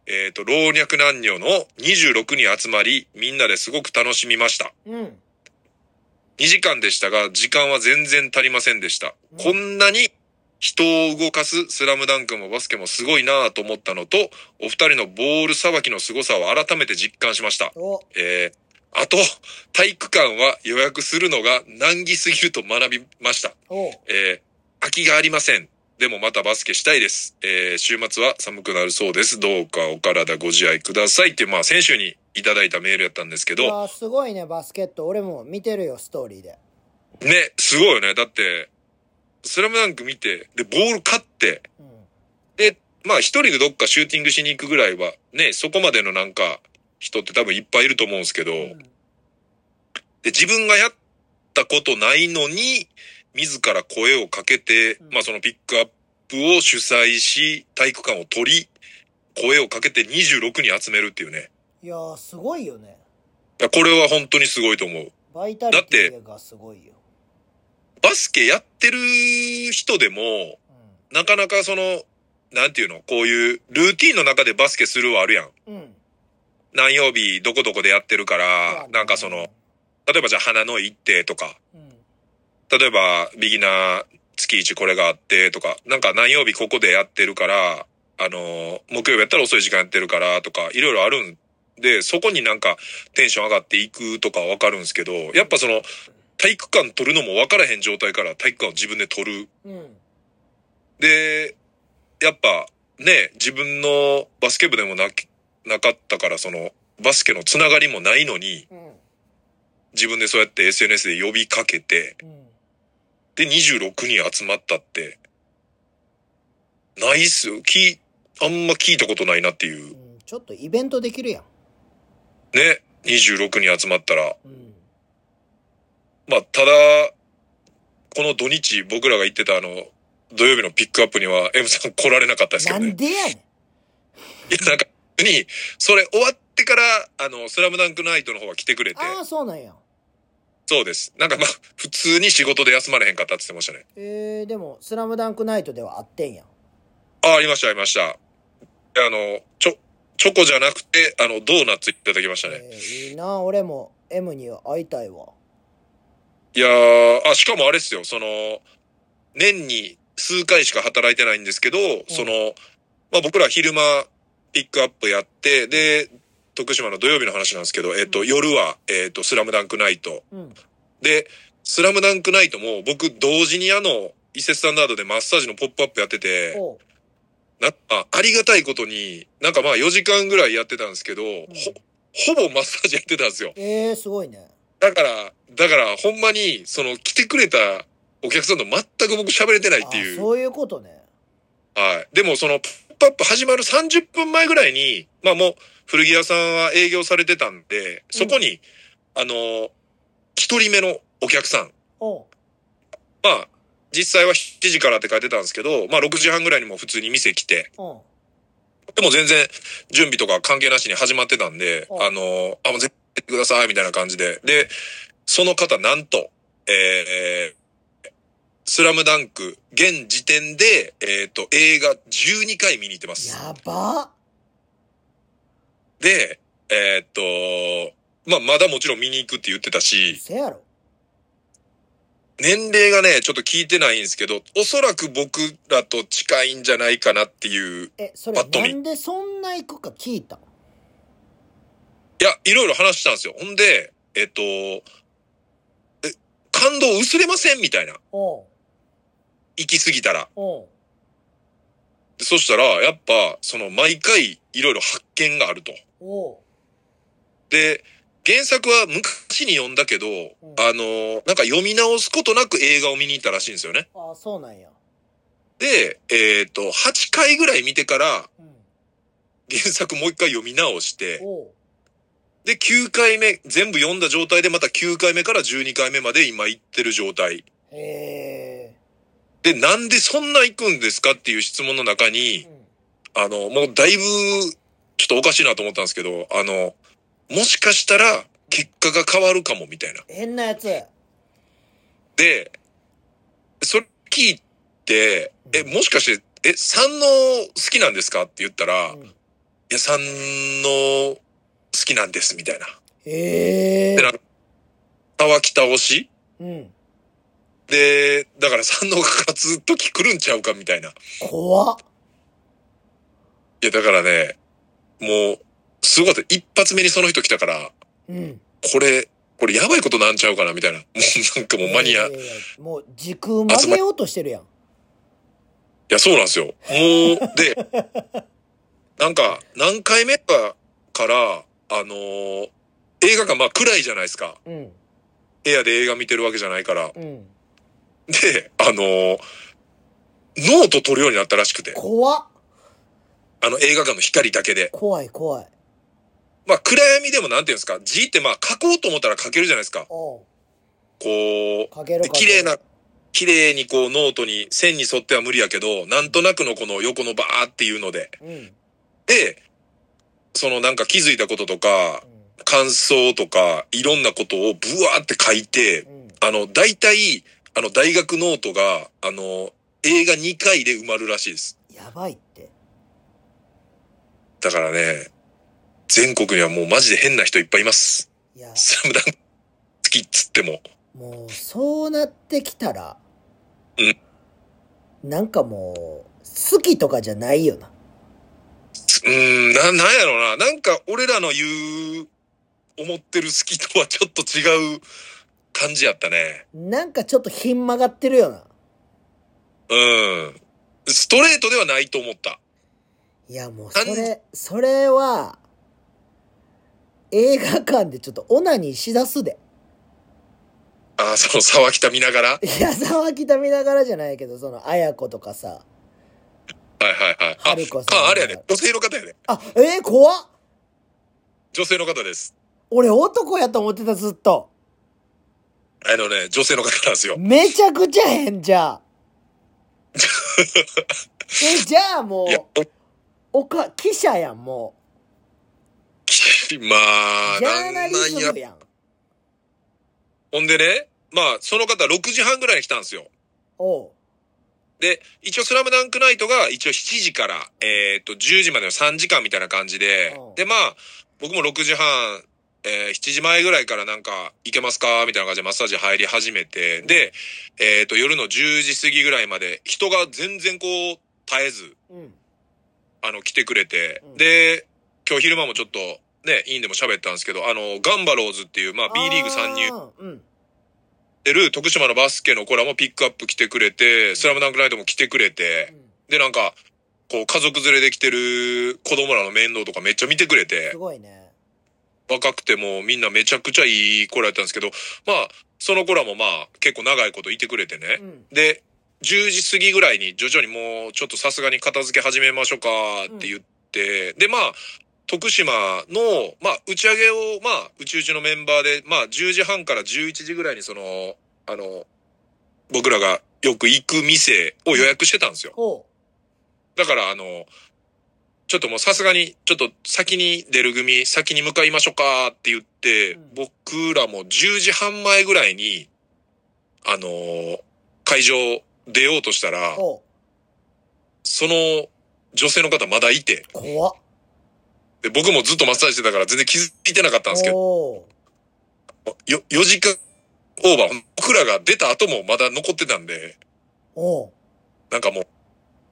えっ、と、老若男女の26人集まり、みんなですごく楽しみました。うん。 2時間でしたが、時間は全然足りませんでした。うんこんなに人を動かすスラムダンクもバスケもすごいなぁと思ったのと、お二人のボールさばきの凄さを改めて実感しました。おえー、あと、体育館は予約するのが難儀すぎると学びました。おうえー、空きがありません。でもまたバスケしたいです。えー、週末は寒くなるそうです。どうかお体ご自愛くださいっていう、まあ先週にいただいたメールやったんですけうど、わーすごいね、バスケット。俺も見てるよ、ストーリーで。ね、すごいよね。だって、スラムダンク見て、で、ボール勝って、うん。で、まあ一人でどっかシューティングしに行くぐらいは、ね、そこまでのなんか、人って多分いっぱいいると思うんですけど、うんで、自分がやったことないのに、自ら声をかけて、うんまあそのピックアップを主催し、体育館を取り、声をかけて26人集めるっていうね。いやー、すごいよね。いやこれは本当にすごいと思う。バイタリティがすごいよ。バスケやってる人でも、なかなかその、なんていうの、こういうルーティンの中でバスケするはあるやん。うん。うん。何曜日どこどこでやってるかいやら、なんかその、、例えばじゃあ花の一手とか、うん。例えば、ビギナー月1これがあってとか、なんか何曜日ここでやってるから、あのー、木曜日やったら遅い時間やってるからとか、いろいろあるんで、そこになんかテンション上がっていくとかわかるんですけど、やっぱその、体育館取るのもわからへん状態から体育館を自分で取る。うん。で、やっぱね、自分のバスケ部でもなき、なかったから、その、バスケのつながりもないのに、うん。自分でそうやって SNS で呼びかけて、うん。で、26人集まったって、ないっすよ。き、あんま聞いたことないなっていうう。ん。ちょっとイベントできるやん。ね。26人集まったら。うん。まあ、ただ、この土日、僕らが行ってたあの、土曜日のピックアップには、M さん来られなかったですけなどんね。でやねん。いや、なんか、に、それ終わってから、あの、スラムダンクナイトの方は来てくれて、ああ、そうなんや。そうです。なんかまあ、普通に仕事で休まれへんかったって言ってましたね。えー、でも、スラムダンクナイトではあってんやん。あ、ありました、ありました。あの、ちょ、チョコじゃなくて、あの、ドーナツいただきましたね。えー、いいな俺も M に会いたいわ。いやー、あ、しかもあれですよ、その、年に数回しか働いてないんですけど、その、まあ僕ら昼間ピックアップやって、で、徳島の土曜日の話なんですけど、えっ、うと、ん夜は、えっ、と、スラムダンクナイト。うん。で、スラムダンクナイトも僕同時にあの、伊勢スタンダードでマッサージのポップアップやってて、おう。なあありがたいことに、なんかまあ4時間ぐらいやってたんですけど、うんほ、ほぼマッサージやってたんですよ。えー、すごいね。だから、だから、ほんまに、その、来てくれたお客さんと全く僕喋れてないっていあう。そういうことね。はい。でも、その、ポップアップ始まる30分前ぐらいに、まあもう、古着屋さんは営業されてたんで、そこに、あの、一人目のお客さん。おう。まあ、実際は7時からって書いてたんですけど、まあ6時半ぐらいにも普通に店来て、おう。でも全然準備とか関係なしに始まってたんで、うんあの、あ、もう絶対やってください、みたいな感じで。で、その方なんと、えースラムダンク、現時点で、えっ、と、映画12回見に行ってます。やばっで、えっ、と、まあ、まだもちろん見に行くって言ってたし、せやろ。年齢がね、ちょっと聞いてないんですけど、おそらく僕らと近いんじゃないかなっていう。え、そぱれっとな見んでそんな行くか聞いたんいや、いろいろ話したんですよ。ほんで、えっ、と、え、感動薄れませんみたいな。おう。行き過ぎたら。おう。でそしたら、やっぱ、その、毎回、いろいろ発見があると。おう。で、原作は昔に読んだけど、あの、なんか読み直すことなく映画を見に行ったらしいんですよね。ああ、そうなんや。で、えっ、と、8回ぐらい見てから、うん。原作もう一回読み直して、おう。で、9回目、全部読んだ状態でまた9回目から12回目まで今行ってる状態。へで、なんでそんな行くんですかっていう質問の中えに、。あの、もうだいぶ、ちょっとおかしいなと思ったんですけど、あの、もしかしたら結果が変わるかもみたいな。変なやつ。で、それ聞いて、え、もしかして、え、三の好きなんですかって言ったら、うんいや、三の好きなんですみたいな。へえで、。なんか、沢北推しうん。で、だから三能が勝つ時来るんちゃうかみたいな。い怖っ。や、だからね、もう、すごかった。一発目にその人来たから、うん。これ、これやばいことなんちゃうかなみた いな。もうなんかもうマニア。いやいいやいやもう時空曲げようとしてるやん。や、そうなんですよ。もう、で、 なんか、何回目かから、あのー映画館、まあ暗いじゃないですか。うん。部屋で映画見てるわけじゃないから。うん。で、あのーノート取るようになったらしくて。怖っ。あの映画館の光だけで。怖い怖い。まあ、暗闇でもなんていうんですか、字ってまあ書こうと思ったら書けるじゃないですか。おうこう、かけろかけろ。綺麗な。、綺麗にこうノートに線に沿っては無理やけど、なんとなくのこの横のバーっていうので。うん。うんで、そのなんか気づいたこととか、感想とか、いろんなことをブワーって書いて、うん。あの、大体、あの、大学ノートが、あの、映画2回で埋まるらしいです。やばいって。だからね、全国にはもうマジで変な人いっぱいいます。 いや、スラムダンク好きっつっても。もうそうなってきたら、うんなんかもう、好きとかじゃないよな。うーん、な、なんやろうな。なんか、俺らの言う、思ってる好きとはちょっと違う感じやったね。なんかちょっとひん曲がってるよな。うん。ストレートではないと思った。いや、もうあんそれ、それは、映画館でちょっとオナニーしだすで。ああ、その沢北見ながら。はいや、沢北見ながらじゃないけど、その、綾子とかさ。いはいはい。春子さんあ、ああれやね。女性の方やね。あ、えー、怖っ女性の方です。俺男やと思ってた、ずっと。あのね、女性の方なんですよ。めちゃくちゃ変じ ゃん。え、じゃあもいや、う、おか、記者やん、もおまあう。、ジャなーんナリなんズやム。やん。ほんでね、まあ、その方6時半ぐらいに来たんですよ。おう。で、一応スラムダンクナイトが一応7時から、えっ、と、10時までの3時間みたいな感じでうん、で、まあ、僕も6時半、えー7時前ぐらいからなんか、行けますかみたいな感じでマッサージ入り始めて、で、えっ、と、夜の10時過ぎぐらいまで、人が全然こう、絶えず、うん。あの、来てくれてうん、で、今日昼間もちょっと、ね、委員でも喋ったんですけど、あの、ガンバローズっていう、まあ、B リーグ参入あー。うん。してる徳島のバスケの子らもピックアップ来てくれて、スラムダンクナイトも来てくれて、うんで、なんか、こう、家族連れで来てる子供らの面倒とかめっちゃ見てくれすて、ごいね。若くてもみんなめちゃくちゃいい子らやったんですけど、まあ、その子らもまあ、結構長いこといてくれてねう。ん。で、10時過ぎぐらいに徐々にもう、ちょっとさすがに片付け始めましょうかって言って、で、まあ、徳島の、まあ、打ち上げを、まあ、うちうちのメンバーで、まあ、10時半から11時ぐらいに、その、あの、僕らがよく行く店を予約してたんですよ。おう。だから、あの、ちょっともうさすがに、ちょっと先に出る組、先に向かいましょうかって言って、うん僕らも10時半前ぐらいに、あのー会場出ようとしたら、おう。その女性の方まだいて、怖っ。で僕もずっとマッサージしてたから全然気づいてなかったんですけど、おう。よ4時間オーバー、僕らが出た後もまだ残ってたんで、おう。なんかもう、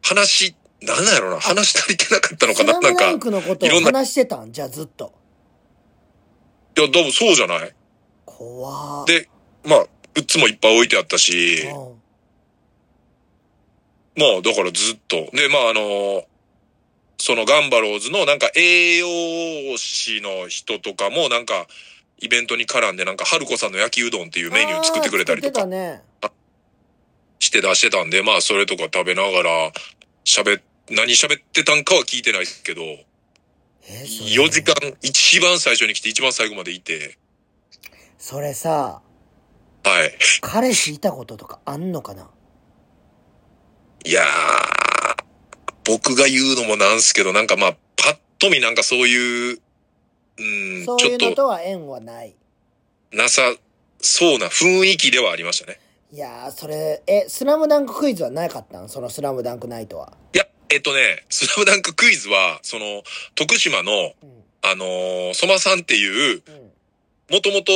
話、なんなんやろな、話足りてなかったのかスな、ラなムんダンか、クのこといをろんな話してたんじゃあずっと。いや、でもそうじゃない怖っ。でまあ、グッズもいっぱい置いてあったし、うんまあ、だからずっと。で、まあ、あの、そのガンバローズのなんか栄養士の人とかもなんか、イベントに絡んでなんか、春子さんの焼きうどんっていうメニュー作ってくれたりとあー作かってたね。して出してたんで、まあ、それとか食べながら、喋っ、何喋ってたんかは聞いてないですけど、えそれ4時間、一番最初に来て一番最後までいて、それさ、はい。彼氏いたこととかあんのかないやー、僕が言うのもなんすけど、なんかまあ、パッと見なんかそういう、うん、そうちいょうっのととは縁はない。なさそうな雰囲気ではありましたね。いやー、それ、え、スラムダンククイズはなかったんそのスラムダンクナイトは。いや、えっとね、スラムダンククイズは、その、徳島の、うん。あのー、ソマさんっていう、うん。もともと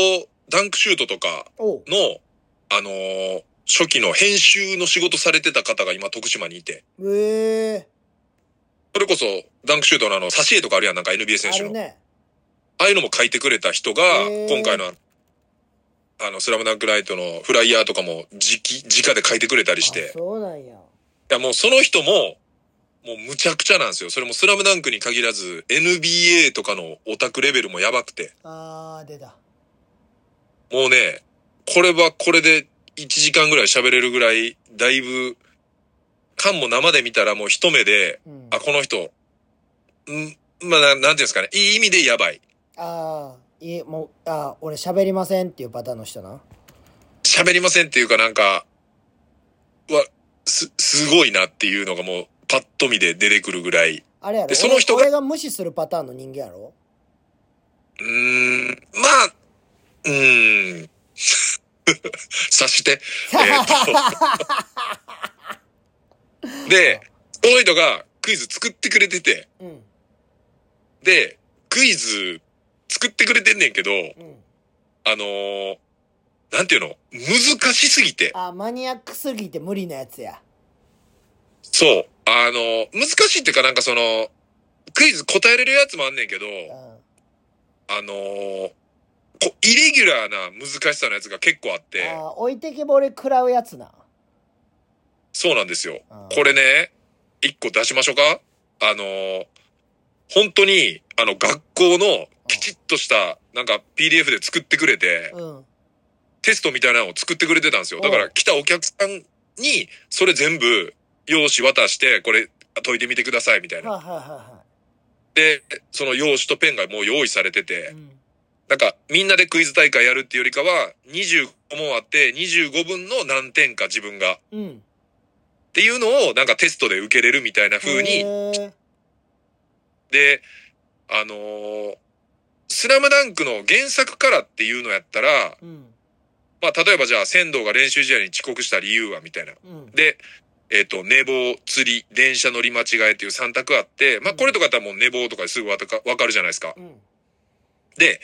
ダンクシュートとかおうの、あのー、初期の編集の仕事されてた方が今徳島にいて、ええそれこそダンクシュートのあの、挿絵とかあるやん、なんか NBA 選あ手るの。ね。ああいうのも書いてくれた人がへー、今回のあの、あの、スラムダンクライトのフライヤーとかも直、直で書いてくれたりしてあ。そうなんや。いや、もうその人も、もうむちゃくちゃなんですよ。それもスラムダンクに限らず、NBA とかのオタクレベルもやばくて。あー、出た。もうね、これはこれで1時間ぐらい喋れるぐらい、だいぶ、感も生で見たらもう一目で、うん。あ、この人、んまあ、ななんていうんですかね、いい意味でやばい。あー、いえ、もう、あー、俺喋りませんっていうパターンの人な。喋りませんっていうかなんか、うわ、す、すごいなっていうのがもう、パッと見で出てくるぐらい。あれやろでその人が俺俺が無視するパターンの人間やろうーん、まあ、うーん。 察して。えーっとで、その人がクイズ作ってくれてて、うん。で、クイズ作ってくれてんねんけど、うん。あのーなんていうの難しすぎて。あー、マニアックすぎて無理なやつや。そう。あの、難しいっていうかなんかその、クイズ答えれるやつもあんねんけど、うん。あのーこイレギュラーな難しさのやつが結構あって、あー置いてけぼり食らうやつな。そうなんですよ。あーこれね、一個出しましょうかあのー本当に、あの、学校のきちっとした、なんか PDF で作ってくれて、うん。テストみたいなのを作ってくれてたんですよ。だかうらん来たお客さんに、それ全部、用紙渡して、これ、解いてみてください、みたいな。はいはいはで、その用紙とペンがもう用意されてて、いはい。うん。なんか、みんなでクイズ大会やるっていうよりかは、25問あって、25分の何点か自分が。っうん。ていうのを、なんかテストで受けれるみたいな風へに。ーで、あのースラムダンクの原作からっていうのやったら、うん。まあ、例えばじゃあ、仙道が練習試合に遅刻した理由は、みたいな。うん。で、えっ、と、寝坊、釣り、電車乗り間違えっていう3択あって、まあ、これとかだったらもう寝坊とかですぐわたかわかるじゃないですかう。ん。で、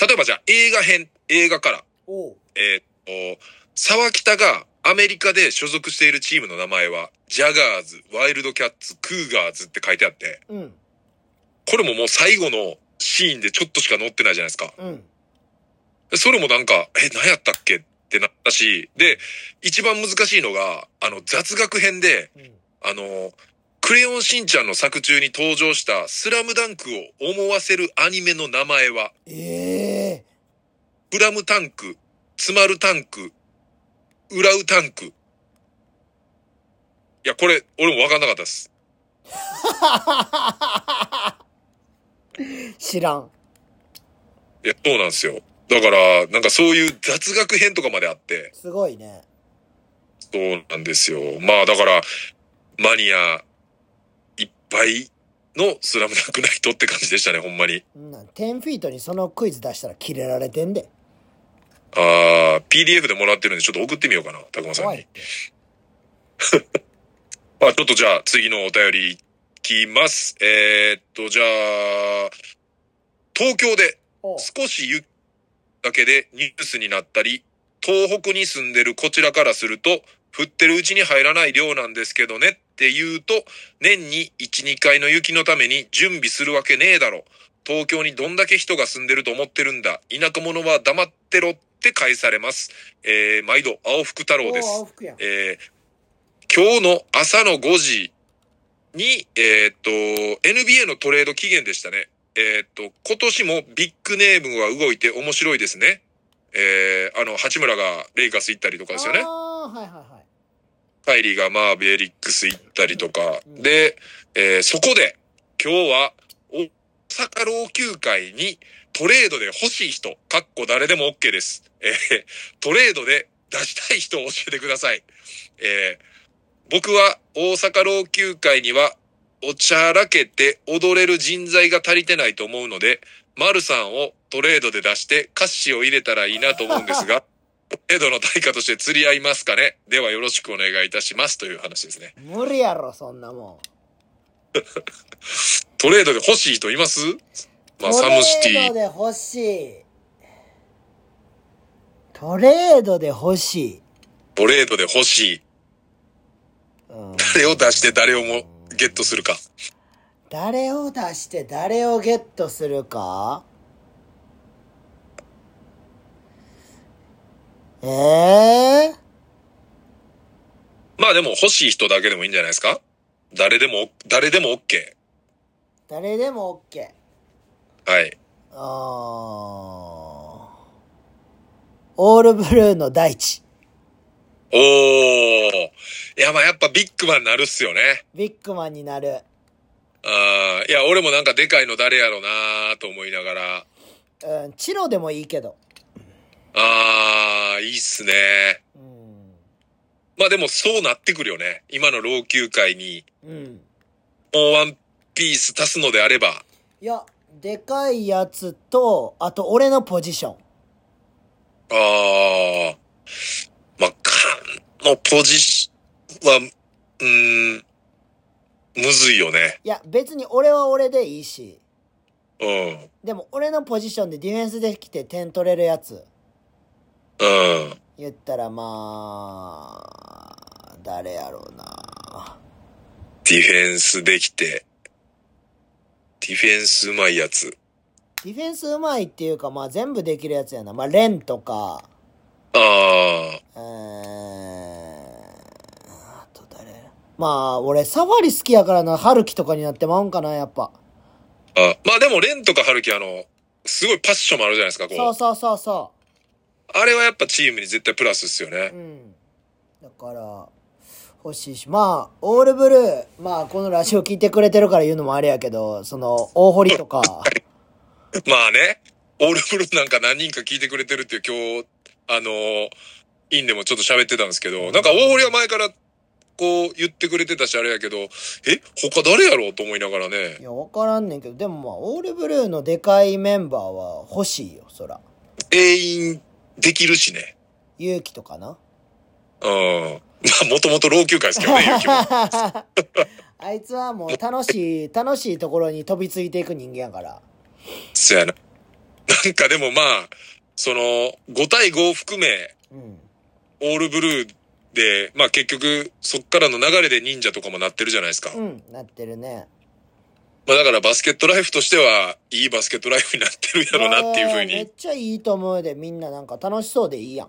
例えばじゃあ、映画編、映画から。おう。えーっと、沢北がアメリカで所属しているチームの名前は、ジャガーズ、ワイルドキャッツ、クーガーズって書いてあって、うん。これももう最後のシーンでちょっとしか載ってないじゃないですか。うん。それもなんか、え、何やったっけってなったし、で、一番難しいのが、あの、雑学編で、うん。あの、クレヨンしんちゃんの作中に登場したスラムダンクを思わせるアニメの名前は、ええフラムタンク、つまるタンク、裏うタンク。いや、これ、俺も分かんなかったです。知らん。いや、そうなんですよ。だから、なんかそういう雑学編とかまであって、すごいね。そうなんですよ。まあ、だから、マニア、いっぱいのスラムダンクナイトって感じでしたね、ほんまに。うんなん10フィートにそのクイズ出したらキレられてんで。あー、PDF でもらってるんで、ちょっと送ってみようかな、たくまさん怖いにっ。て。まあ、ちょっとじゃあ、次のお便りいきます。えーっと、じゃあ、東京でおう少し雪だけでニュースになったり、東北に住んでるこちらからすると、降ってるうちに入らない量なんですけどねって言うと、年に1、2回の雪のために準備するわけねえだろ。東京にどんだけ人が住んでると思ってるんだ。田舎者は黙ってろって返されます。えー、毎度、青福太郎おでうす青。服やん。えー今日の朝の5時に、えーっと、NBA のトレード期限でしたね。えーっと、今年もビッグネームは動いて面白いですね。えーあの、八村がレイカス行ったりとかですよね。ああ、はいはいはい。カイリーがマーベリックス行ったりとか。うんで、えーそこで、今日は、大阪老朽会にトレードで欲しい人、かっこ誰でも OK です。えートレードで出したい人を教えてください。えー僕は大阪老朽会にはおちゃらけて踊れる人材が足りてないと思うので、丸さんをトレードで出して歌詞を入れたらいいなと思うんですが、トレードの対価として釣り合いますかねではよろしくお願いいたしますという話ですね。無理やろ、そんなもん。トレードで欲しい人いますまあ、サムシトレードティ。で欲しい。トレードで欲しい。トレードで欲しい。うん誰を出して誰をもゲットするか。誰を出して誰をゲットするかええまあでも欲しい人だけでもいいんじゃないですか誰でも、誰でも OK。誰でも OK。はい。あーオールブルーの大地。おー。いや、まあやっぱビッグマンになるっすよね。ビッグマンになる。あーいや、俺もなんかでかいの誰やろなーと思いながら。うん、チロでもいいけど。あー、いいっすね。うん。まあでもそうなってくるよね。今の老朽界に、うん。もうワンピース足すのであれば。いや、でかいやつと、あと俺のポジション。あー。まあ、カンのポジシは、うーん、むずいよね。いや、別に俺は俺でいいし。うん。でも俺のポジションでディフェンスできて点取れるやつ。うん。言ったらまあ、誰やろうな。ディフェンスできて、ディフェンスうまいやつ。ディフェンスうまいっていうか、まあ全部できるやつやな。まあレンとか、あー。うーん、あと誰まあ俺サファリ好きやからな、春樹とかになってまうんかな、やっぱ。あまあでも、レンとかハルキあの、すごいパッションもあるじゃないですか、こう。そうそうそうそあれはやっぱチームに絶対プラスですよう。ねう。ん。だから、欲しいし、まあ、オールブルー、まあこのラジオ聞いてくれてるから言うのもあれやけど、その、大堀とか、まあね、オールブルーなんか何人か聞いてくれてるっていう今日、あのー、インでもちょっと喋ってたんですけど、なんか大堀は前からこう言ってくれてたしあれやけど、え、他誰やろうと思いながらねい。や、わからんねんけど、でもまあ、オールブルーのでかいメンバーは欲しいよ、そら。全員できるしね。勇気とかな。 うん。まあもともと老朽化ですけどね、ゆうきも。あいつはもう楽しい、楽しいところに飛びついていく人間やから。そやな。なんかでもまあ、その、5対5含め、うん。オールブルーで、まあ結局、そっからの流れで忍者とかもなってるじゃないですか。うん、なってるね。まあだからバスケットライフとしては、いいバスケットライフになってるやろなっていういふうやーめにっ。ちゃいいと思うで、みんななんか楽しそうでいいやん。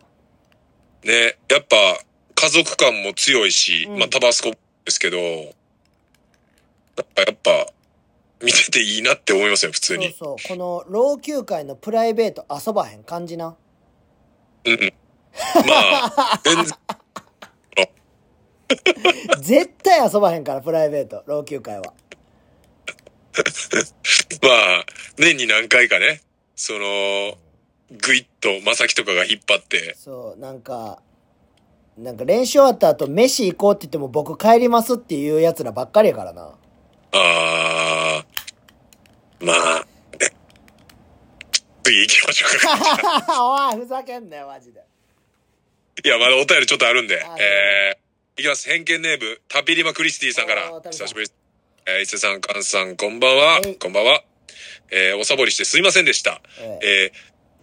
ね、やっぱ、家族感も強いし、うんまあタバスコですけど、なんかやっぱ、見てていいなって思いますよ、普通そうに。そう。この老朽会のプライベート遊ばへん感じな。うん。まあ、全然、 絶対遊ばへんから、プライベート、老朽会は。まあ、年に何回かね、その、ぐいっと、まさきとかが引っ張って、そう、なんか、なんか練習終わった後、飯行こうって言っても僕帰りますっていうやつらばっかりやからな。あー、まあ、ね、次行きましょうか。 おい、ふざけんなよ、マジで。いや、まだお便りちょっとあるんで、あえー、いきます。偏見ネーム、タピリマクリスティさんかおーら、タピさん久しぶりです。えー、伊勢さん、カンさん、こんばんははい。こんばんは。えー、おサボりしてすいませんでした。えええ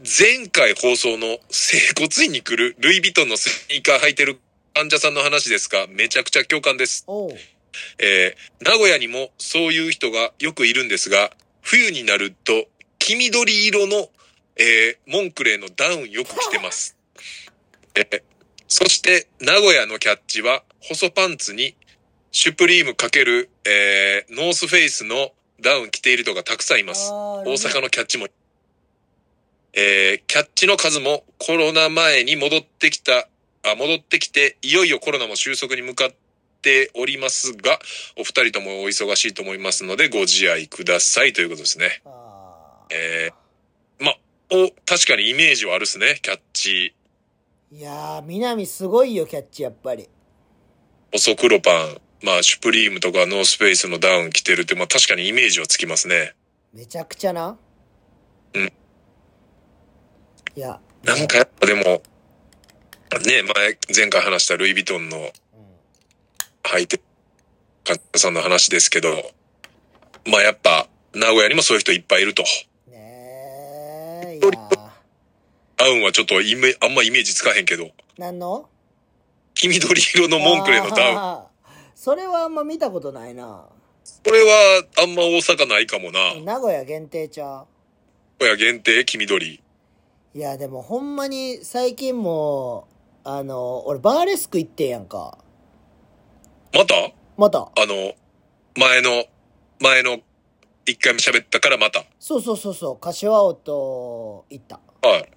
ー、前回放送の整骨院に来るルイ・ヴィトンのスニーカー履いてる患者さんの話ですが、めちゃくちゃ共感です。おう。えー名古屋にもそういう人がよくいるんですが、冬になると黄緑色の、えーモンクレーのダウンよく着てます。えーそして名古屋のキャッチは細パンツにシュプリームかける、えーノースフェイスのダウン着ている人がたくさんいます。大大阪のキャッチも。えーキャッチの数もコロナ前に戻ってきた、あ、戻ってきて、いよいよコロナも収束に向かっておりますが、お二人ともお忙しいと思いますので、ご自愛くださいということですね。あえー、まあ、お、確かにイメージはあるっすね、キャッチ。いやー、南すごいよ、キャッチ、やっぱり。細黒パン、まあ、シュプリームとかノースペースのダウン着てるって、まあ確かにイメージはつきますね。めちゃくちゃな。うん。いや、なんかやっぱでも、ね、前、前回話したルイ・ヴィトンのう履いてる患者さんの話ですけど、まあやっぱ、名古屋にもそういう人いっぱいいると。ん、ねえ、い一やーダウンはちょっとイメ、あんまイメージつかへんけど、何の黄緑色のモンクレのダウン。ウン。 それはあんま見たことないな。これはあんま大阪ないかもな。名古屋限定ちゃう。名古屋限定黄緑。いや、でもほんまに最近もう、あの、俺バーレスク行ってんやんか。またまた。あの、前の、前の、一回も喋ったからまた。そうそうそうそう、柏尾と行った。はい。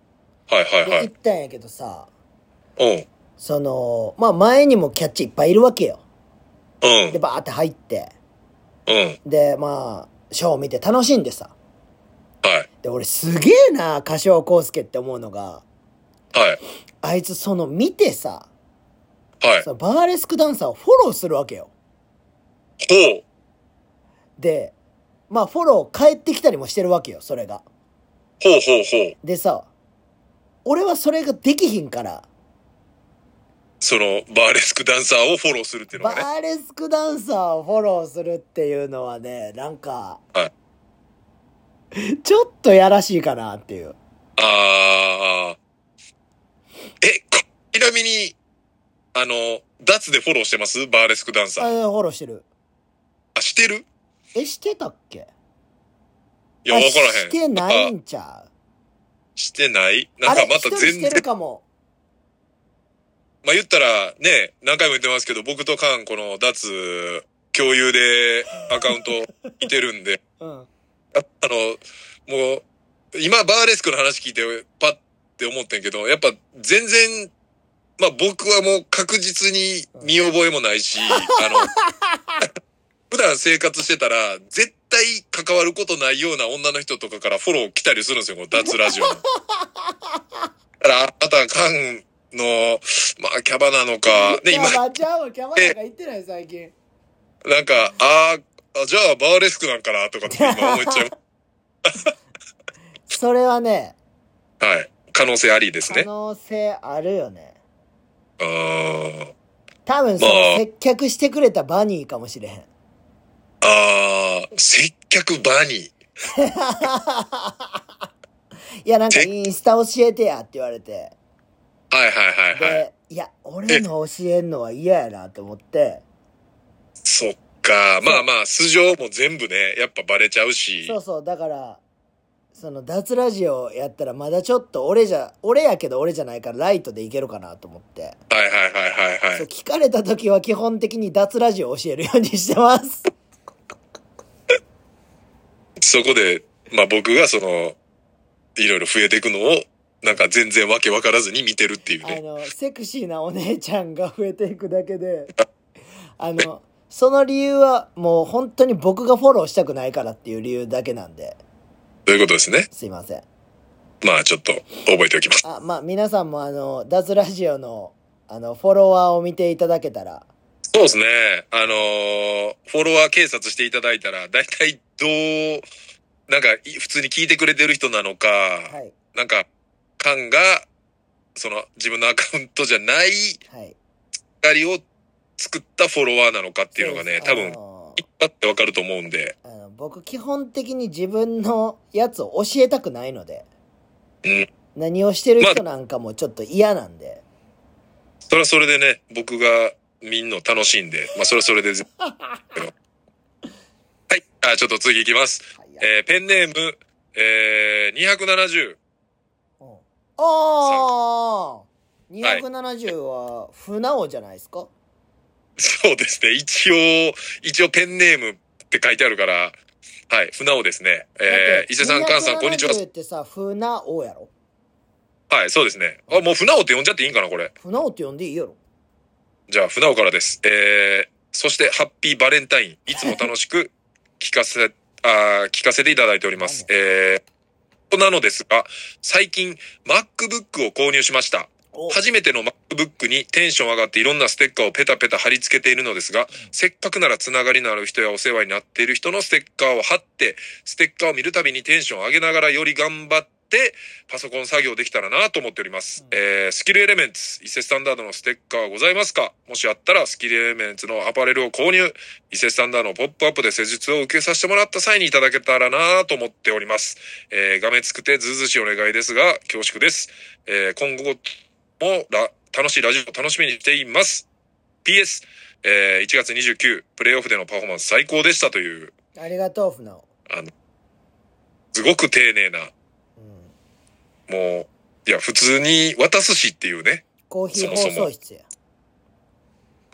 はいはいでは行ったんやけどさ、い。その、まあ前にもキャッチいっぱいいるわけよ。うん。で、バーって入って。うん。うん。で、まあ、ショーを見て楽しんでさ。はい。で、俺すげえな、柏尾康介って思うのが、はい。あいつその見てさ、はい。そのバーレスクダンサーをフォローするわけよ。ほう。で、まあフォロー返ってきたりもしてるわけよ、それが。ほうほうほう。でさ、俺はそれができひんから、その、バーレスクダンサーをフォローするっていうのバがね。ーレスクダンサーをフォローするっていうのはね、なんか、はちょっとやらしいかなっていう。あー。え、こちなみに、あの、ダツでフォローしてますバーレスクダンサあー。フォローしてる。あ、してるえ、してたっけいや、あわからへん。してないあんちゃうしてないなあんかれ、ま一た人全して然るかも。まあ言ったらね、何回も言ってますけど、僕とカン、この脱、共有でアカウント見てるんで、うん。ああの、もう、今バーレスクの話聞いて、パッて思ってんけど、やっぱ全然、まあ僕はもう確実に見覚えもないし、あの、 普段生活してたら、絶対関わることないような女の人とかからフォロー来たりするんですよ、この脱ラジオの。だから、あとはカンの、まあキャバなのか、ね、キ今ャ、バちゃうわ、キャバなんか言ってない最近。なんか、あーあ、じゃあバーレスクなんかな、とかって今思っちゃう。それはね、はい。可能性ありです可ね。能性あるよね。あー多分そのまあ接客してくれたバニーかもしれへん。あー、接客バニー。いや、なんかインスタ教えてやって言われて。はいはいはいはい。で、いや、俺の教えんのは嫌やなと思って。そっか。まあまあ、素性も全部ね、やっぱバレちゃうし。そうそう、だから、その脱ラジオやったらまだちょっと俺じゃ、俺やけど俺じゃないからライトでいけるかなと思って。はいはいはいはいはそうい。聞かれた時は基本的に脱ラジオ教えるようにして ます。そこで、まあ僕がその、いろいろ増えていくのを、なんか全然わけわからずに見てるっていうあね。の、セクシーなお姉ちゃんが増えていくだけで、あの、その理由はもう本当に僕がフォローしたくないからっていう理由だけなんで、ということですね。すいません。まあちょっと覚えておきます。あ、まあ皆さんもあの、脱ラジオの、あの、フォロワーを見ていただけたら、そうですね。あのーフォロワー警察していただいたら、だいたいどう、なんかい普通に聞いてくれてる人なのか、はい、なんか、カンが、その自分のアカウントじゃないはい。っ光を作ったフォロワーなのかっていうのがね、多分、一発ってわかると思うんで。あの僕基本的に自分のやつを教えたくないので、うん何をしてる人なんかもちょっと嫌なんで、それはそれでね、僕がみんな楽しいんで、まあ それはそれで。はい。あ、ちょっと次行きます。はいやえーペンネーム、えー、270。うんああ !270 は船尾じゃないですか、そうですね。一応、一応ペンネームって書いてあるから、はい、船尾ですね。えー、伊勢さん、菅さん、こんにちは270。ってさ、船尾やろはい、そうですね。あ、もう船尾って呼んじゃっていいんかな、これ。船尾って呼んでいいやろじゃあ、船尾からです。えー、そして、ハッピーバ レンタイン。いつも楽しく聞かせ、あー聞かせていただいております。えー、なのですが、最近 MacBook を購入しました。お初めての MacBook にテンション上がっていろんなステッカーをペタペタ貼り付けているのですが、せっかくならつながりのある人やお世話になっている人のステッカーを貼って、ステッカーを見るたびにテンションを上げながらより頑張って、パソコン作業できたらなと思っております。うんえー、スキルエレメンツ、伊勢スタンダードのステッカーはございますかもしあったら、スキルエレメンツのアパレルを購入、伊勢スタンダードのポップアップで施術を受けさせてもらった際にいただけたらなと思っております。えー、画面作ってずうずうしいお願いですが、恐縮です。えー、今後もら楽しいラジオを楽しみにしています。PS、えー、1月29、プレイオフでのパフォーマンス最高でしたという、ありがとう、ふなお。すごく丁寧な、うん。もう、いや、普通に渡すしっていうね、コーヒー放送室や。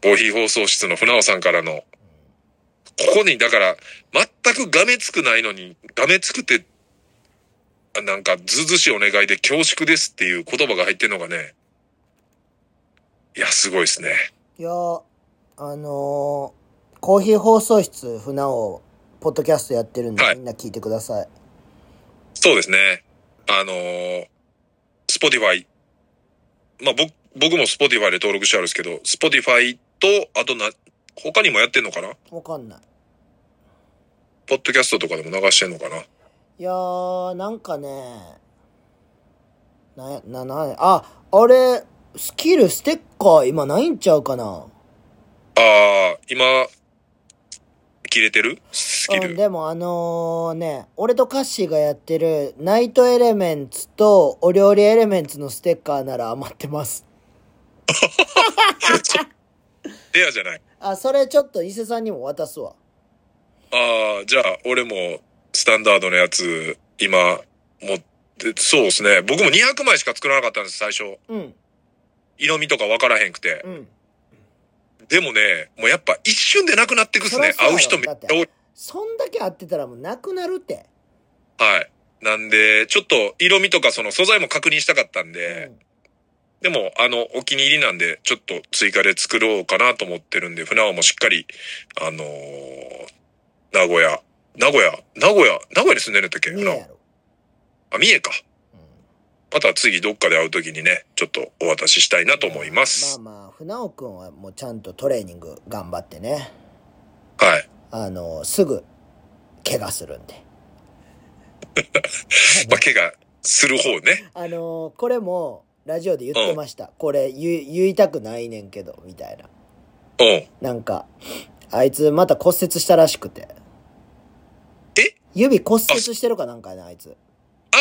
コーヒー放送室の船尾さんからの、ここに、だから、全くがめつくないのに、がめつくて、あなんか、ずうずうしいお願いで恐縮ですっていう言葉が入ってんのがね、いや、すごいですね。いやーあのーコーヒー放送室、ふなお、ポッドキャストやってるんで、はいみんな聞いてください。そうですね。あのー、スポティファイ。まあ、僕、僕もスポティファイで登録してあるんですけど、スポティファイと、あとな、他にもやってんのかなわかんない。ポッドキャストとかでも流してんのかないやー、なんかね、な、な、な、あ、あれ、スキル、ステッカー、今ないんちゃうかなああ、今、切れてるスキうルん、。でもあのね、俺とカッシーがやってる、ナイトエレメンツとお料理エレメンツのステッカーなら余ってます。レアじゃない。あ、それちょっと伊勢さんにも渡すわ。ああ、じゃあ、俺も、スタンダードのやつ、今、持って、そうですね。僕も200枚しか作らなかったんです、最初。うん、色味とか分からへんくて。うん。でもね、もうやっぱ一瞬でなくなってくっすね。そらそうや会ろう人めっちゃ多い。そんだけ合ってたらもうなくなるって。はい。なんで、ちょっと色味とかその素材も確認したかったんうで、ん、でも、あの、お気に入りなんで、ちょっと追加で作ろうかなと思ってるんで、船尾もしっかり、あのー名古屋、名古屋、名古屋、名古屋に住んでるんだっけ見え船尾や。ろ。あ、三重か。うんまた次どっかで会うときにね、ちょっとお渡ししたいなと思います。まあまあ、船尾くんはもうちゃんとトレーニング頑張ってね。はい。あのすぐ、怪我する んで。まあ、怪我する方ね。あのこれも、ラジオで言ってました。これ言い、言いたくないねんけど、みたいな。うん。なんか、あいつまた骨折したらしくて。え指骨折してるかなんかやな、あいつ。あ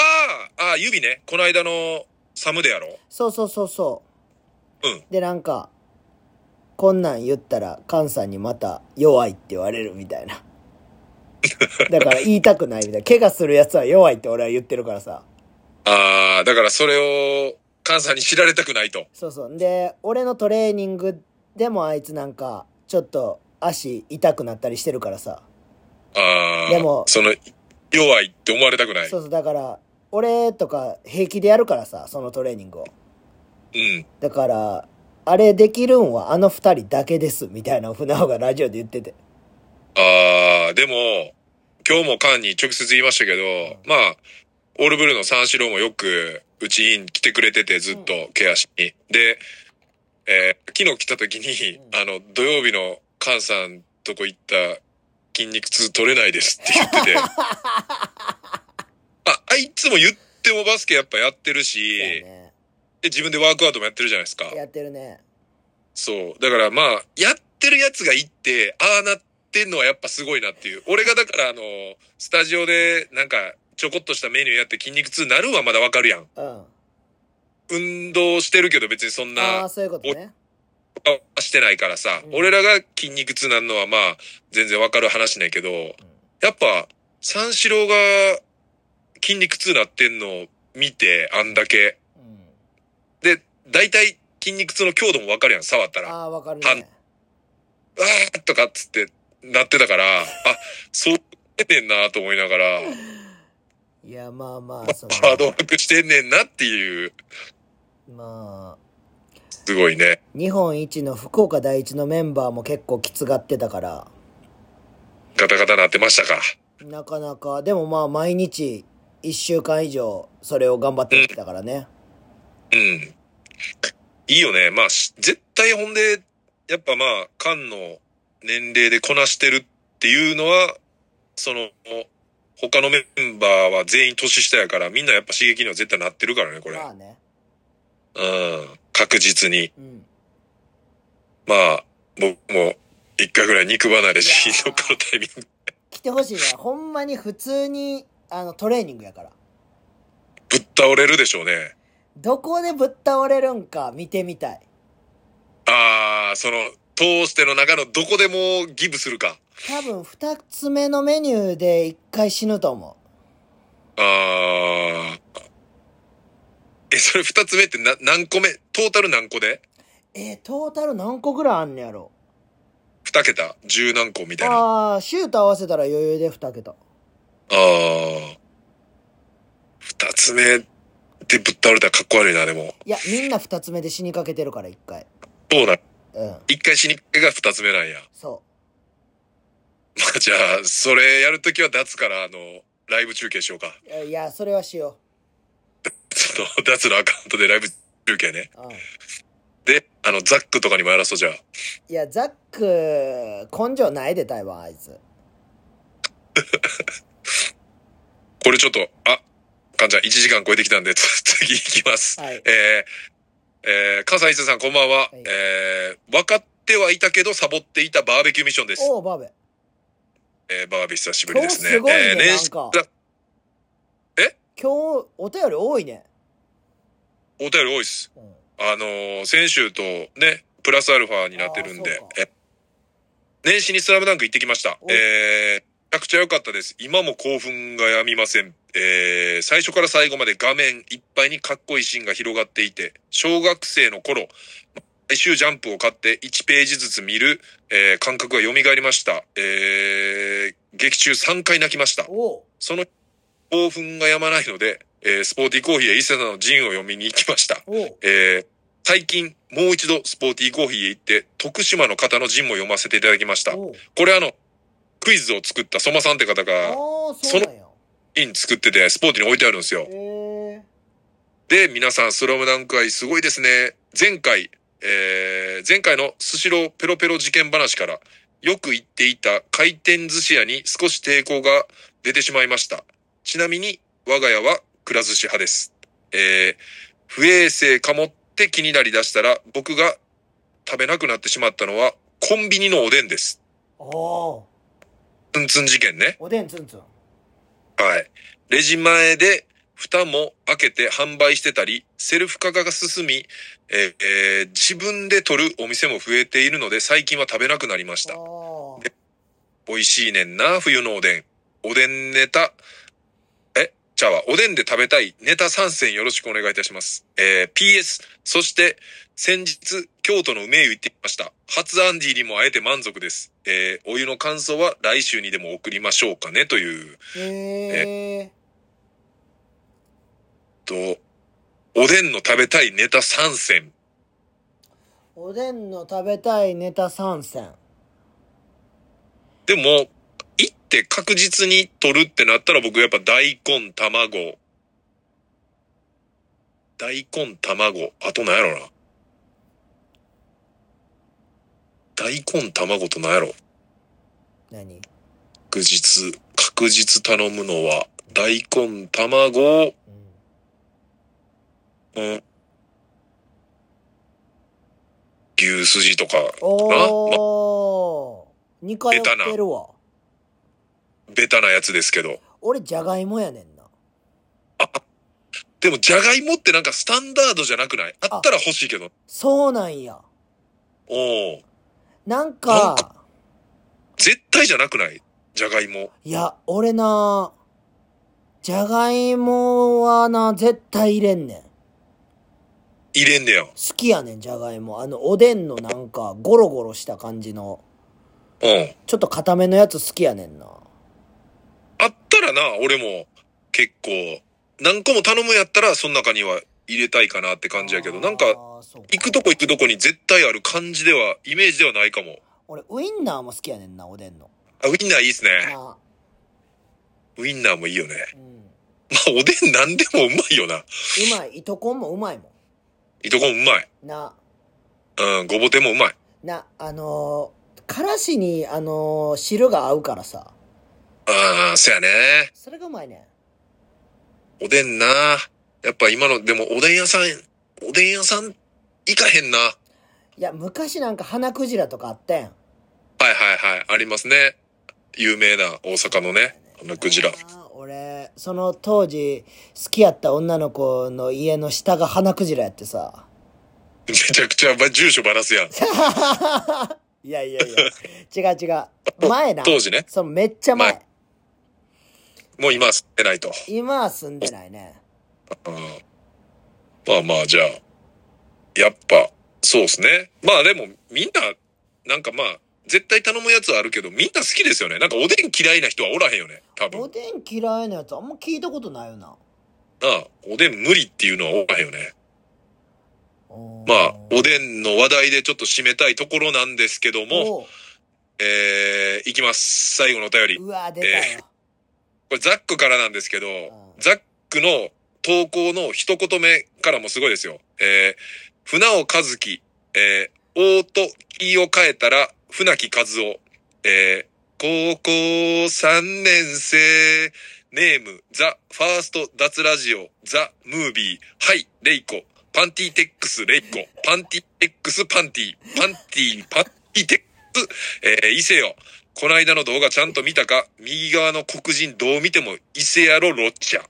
あ、ああ、指ね。この間のサムでやろそうそうそうそう。うんで、なんか、こんなん言ったら、菅さんにまた弱いって言われるみたい な。だから言いたくないみたいな。怪我するやつは弱いって俺は言ってるからさ。ああ、だからそれを、関西に知られたくないと。そうそう。で、俺のトレーニングでもあいつなんか、ちょっと足痛くなったりしてるからさ。ああ、でもその、弱いって思われたくない。そううそう、だから、俺とか平気でやるからさ、そのトレーニングを。ん。だから、あれできるんはあの二人だけです、みたいな船尾がラジオで言ってて。ああ、でも、今日も菅に直接言いましたけど、まあ、オールブルーの三四郎もよく、うち院来てくれてて、ずっとケアしに。で、えー昨日来た時に、うんあの、土曜日の菅さんとこ行った筋肉痛取れないですって言 ってて。あ、あいつも言ってもバスケやっぱやってるし、そうやね。で自分でワークアウトもやってるじゃないですか。やってるね。そう。だからまあ、やってるやつがいて、ああなってんのはやっぱすごいなっていう。俺がだからあの、スタジオでなんか、ちょこっとしたメニューやって筋肉痛なるんはまだわかるやん。うん。運動してるけど別にそんああー、な、そういうことね。してないからさ、うん俺らが筋肉痛なんのはまあ、全然わかる話ないけど、やっぱ、三四郎が筋肉痛なってんのを見て、あんだけ。うん。で、大体筋肉痛の強度もわかるやん、触ったら。ああー、わかるね。わーとかっつってなってたから、あ、そうしてんねんなと思いながら、いや、まあまあ、その、ハードワークしてんねんなっていう、まあ、すごいね。日本一の福岡第一のメンバーも結構きつがってたから、ガタガタなってましたか。なかなか、でもまあ、毎日1週間以上それを頑張ってきたからね。うん。いいよね。まあ、し絶対ほんで、やっぱまあ、菅の年齢でこなしてるっていうのは、その、他のメンバーは全員年下やから、みんなやっぱ刺激には絶対なってるからね、これ。まあね。うん。確実に。うん。まあ、僕も、一回ぐらい肉離れし、どっかのタイミング。来てほしいね。ほんまに普通に、あの、トレーニングやから。ぶっ倒れるでしょうね。どこでぶっ倒れるんか見てみたい。ああ、その、通しての中のどこでもギブするか。多分二つ目のメニューで一回死ぬと思ああ。え、それ二つ目ってな、何個目トータル何個でう。えートータル何個ぐらいあんねやろ二桁十何個みたいな。あああ、シュート合わせたら余裕で二桁。あー。二つ目でぶっ倒れたらかっこ悪いな、でも。いや、みんな二つ目で死にかけてるから一回。そうなん。うん。一回死にかけが二つ目なんや。そまあじゃあ、それやるときは脱から、あの、ライブ中継しようか。 う。えいや、それはしよその、脱のアカウントでライブ中継ね。う。うん。で、あの、ザックとかにもやらそうじゃあ。いや、ザック、根性ないで、台湾、あいつ。これちょっと、あ、かんちゃん1時間超えてきたんで、つ 次行きます。はいえー、えー、関西一さんこんばんは。いえー、分かってはいたけど、サボっていたバーベキューミッションです。おお、バーベ。えー、バーベ久しぶりですね。おすごいねえー、年なん始かだ今日、お便り多いね。お便り多いです。うん。あのー先週とね、プラスアルファになってるんあーでそう、え年始にスラムダンク行ってきました。おえー、めちゃくちゃ良かったです。今も興奮がやみません。えー、最初から最後まで画面いっぱいにかっこいいシーンが広がっていて、小学生の頃、毎週ジャンプを買って1ページずつ見る、えー感覚が蘇りました。えー、劇中3回泣きました。おお。その興奮がやまないので、えースポーティーコーヒーや伊勢さんのジンを読みに行きました。おお。えー最近もう一度スポーティーコーヒーへ行って、徳島の方の陣も読ませていただきました。おうこれあの、クイズを作った相馬さんって方ああ、が、そうなんや。イン作ってて、スポーティーに置いてあるんですよえ。えで、皆さん、スラムダンク愛すごいですね。前回、えー前回のスシローペロペロ事件話から、よく行っていた回転寿司屋に少し抵抗が出てしまいました。ちなみに、我が家はくら寿司派です。えー不衛生かもって気になりだしたら、僕が食べなくなってしまったのは、コンビニのおでんです。おお。ツンツン事件ね。おでんツンツン。はい。レジ前で蓋も開けて販売してたり、セルフ化が進み、えーえー自分で取るお店も増えているので、最近は食べなくなりましあた。あ。美味しいねんな、冬のおでん。おでんネタ、え、ちゃうわ、おでんで食べたいネタ参戦よろしくお願いいたします。えー PS、そして、先日、京都の梅湯行ってきました。初アンディにも会えて満足です。えーお湯の感想は来週にでも送りましょうかね、という。えええっと、おでんの食べたいネタ3選。おでんの食べたいネタ参戦。でも、行って確実に取るってなったら僕やっぱ大根、卵。大根、卵。あと何やろな。大根、卵と何やろ。何確実、確実頼むのは、大根、卵、うん。うん、牛すじとか、おお。二回ベタやなってるわ。ベタなやつですけど。俺、じゃがいもやねんな。でも、じゃがいもってなんかスタンダードじゃなくないあったら欲しいけど。そうなんや。おお。なんなんか、絶対じゃなくないじゃがいも。いや、俺な、じゃがいもはな、絶対入れんねん。入れんねや。好きやねん、じゃがいも。あの、おでんのなんか、ゴロゴロした感じの、うん。ちょっと固めのやつ好きやねんな。あったらな、俺も結構、何個も頼むやったら、その中には入れたいかなって感じやけど、なんか、あー、そう行くとこ行くとこに絶対ある感じでは、イメージではないかも。俺、ウインナーも好きやねんな、おでんの。あ、ウインナーいいっすね。あウインナーもいいよね。 ーうん。まおでんなんでもうまいよな。うまい。糸こんもうまいもいとこんうまい。ん。な、うん、ごぼ天もうまい。な、あのーからしに、あのー汁が合うからさ。ああ、そやね。それがうまいねん。おでんな。やっぱ今の、でもおでん屋さん、おでん屋さん、行かへんな。はいや、昔なんか花クジラとかあったやん。いはいはい。ありますね。有名な大阪のね、あのクジラ。あー俺、その当時、好きやった女の子の家の下が花クジラやって さ。めちゃくちゃ、ば住所ばらすやん。いやいやいや。違う違う。前な。当時ね。そのめっちゃ前。前もう今は吸ってないと。今は住んでないね。うんまあまあ、じゃあ、やっぱ、そうですね。まあでも、みんな、なんかまあ、絶対頼むやつはあるけど、みんな好きですよね。なんかおでん嫌いな人はおらへんよね。多分。おなでん嫌いなやつあんま聞いたことないよな。あ、おでん無理っていうのはおらへんよね。おーまあ、おでんの話題でちょっと締めたいところなんですけども、おうえー、いきます。最後のお便り。こうわ、出たよ。れザックからなんですけど、んザックの投稿の一言目からもすごいですよ。えー、船尾和樹、えー、王と木を変えたら船木和夫、えー、高校3年生、ネーム、ザ・ファースト・脱ラジオ、ザ・ムービー、はい、レイコ、パンティテックス、レイコ、パンティテックス、パンティ、パンティ、パンティテックス、えー、伊勢よ。この間の動画ちゃんと見たか、右側の黒人どう見ても伊勢やろ、ロッチャ。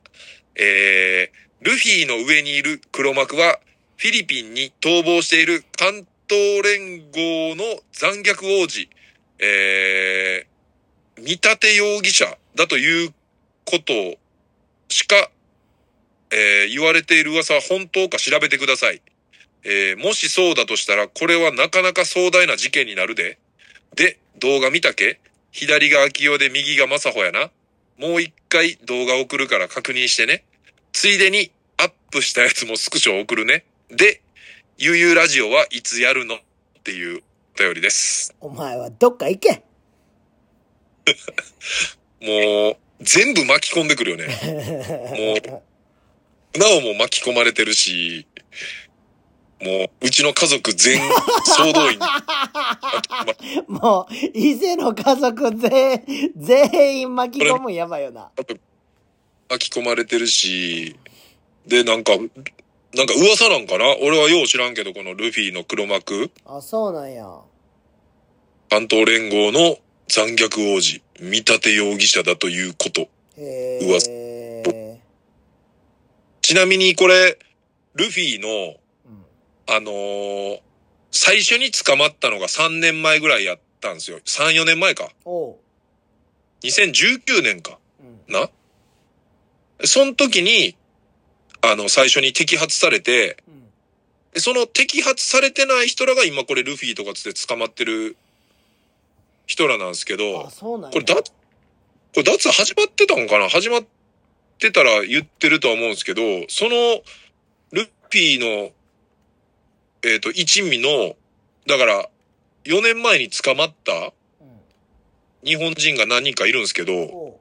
えー、ルフィの上にいる黒幕は、フィリピンに逃亡している関東連合の残虐王子、えー、見立て容疑者だということしか、えー言われている噂は本当か調べてください。えーもしそうだとしたら、これはなかなか壮大な事件になるで。で、動画見たけ左が秋代で右が正穂やな。もう一回動画送るから確認してね。ついでに、アップしたやつもスクショ送るね。で、ゆうゆうラジオはいつやるのっていうお便りです。お前はどっか行け。もう、全部巻き込んでくるよね。もう、なおも巻き込まれてるし、もう、うちの家族全、総動員。もう、伊勢の家族全、全員巻き込むんやばいよな。巻き込まれてるし、で、なんか、なんか噂なんかな俺はよう知らんけど、このルフィの黒幕、あ、そうなんや。関東連合の残虐王子、見立て容疑者だということ。へうわえ。ちなみにこれ、ルフィの、うんあのー最初に捕まったのが3年前ぐらいやったんですよ。3、4年前か。おう。 2019年か。うん。な。その時に、あの、最初に摘発されて、うん。でその摘発されてない人らが今これルフィとかつって捕まってる人らなんですけどあ、、そうなんや。これだ、これ脱始まってたんかな始まってたら言ってるとは思うんですけど、その、ルフィの、えっ、と、一味の、だから、4年前に捕まったうん。日本人が何人かいるんですけど、おう。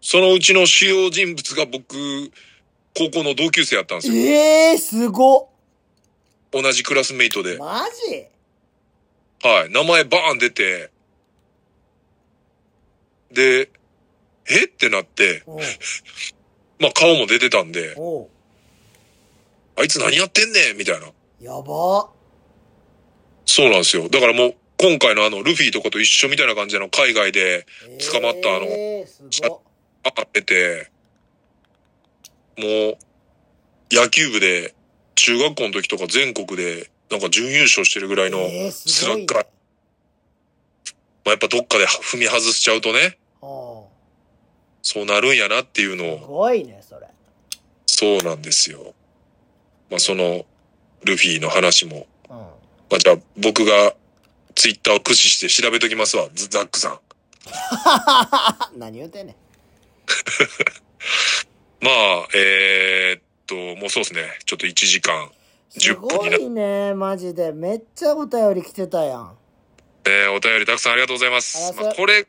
そのうちの主要人物が僕、高校の同級生やったんですよ。ええー、すごっ同じクラスメイトで。マジはい。名前バーン出て、で、えってなって、 おう。まあ顔も出てたんで、おう。あいつ何やってんねんみたいな。やば。そうなんですよ。だからもう、今回のあの、ルフィとかと一緒みたいな感じの海外で、捕まったあのええー、すごっあってて、もう、野球部で、中学校の時とか全国で、なんか準優勝してるぐらいの、えー、すごい、ね。スラッガーまあ、やっぱどっかで踏み外しちゃうとね、おうそうなるんやなっていうのすを、ごいね、それ。そうなんですよ。まあ、その、ルフィの話も、うん。まあ、じゃあ僕が、ツイッターを駆使して調べときますわ、ズザックさん。何言うてんねん。まあ、えーっと、もうそうですね。ちょっと1時間。すごいね、マジで。めっちゃお便り来てたやん。えーお便りたくさんありがとうございまありす。がとうまあ、これ、ち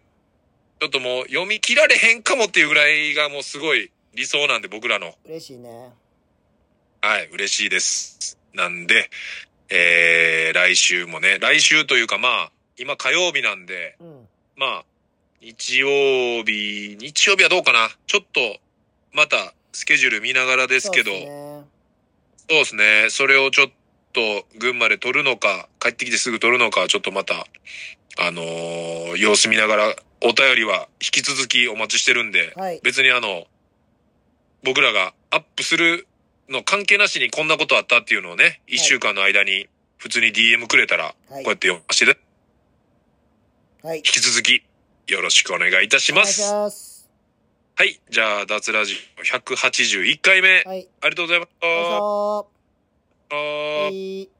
ょっともう読み切られへんかもっていうぐらいがもうすごい理想なんで僕らの。嬉しいね。はい、嬉しいです。なんで、えー、来週もね、来週というかまあ、今火曜日なんで、うん。まあ、日曜日、日曜日はどうかなちょっと、また、スケジュール見ながらですけど、そうっすねそうですね。それをちょっと、群馬で撮るのか、帰ってきてすぐ撮るのか、ちょっとまた、あのー様子見ながら、お便りは引き続きお待ちしてるんで、はい。別にあの、僕らがアップするの関係なしにこんなことあったっていうのをね、一週間の間に普通に DM くれたら、はいこうやって読ませて、はい。引き続きよろしくお願いいたします。お願いします。はい。じゃあ、脱ラジオ181回目、あはい。りがとうございましたどうぞ。あーはい。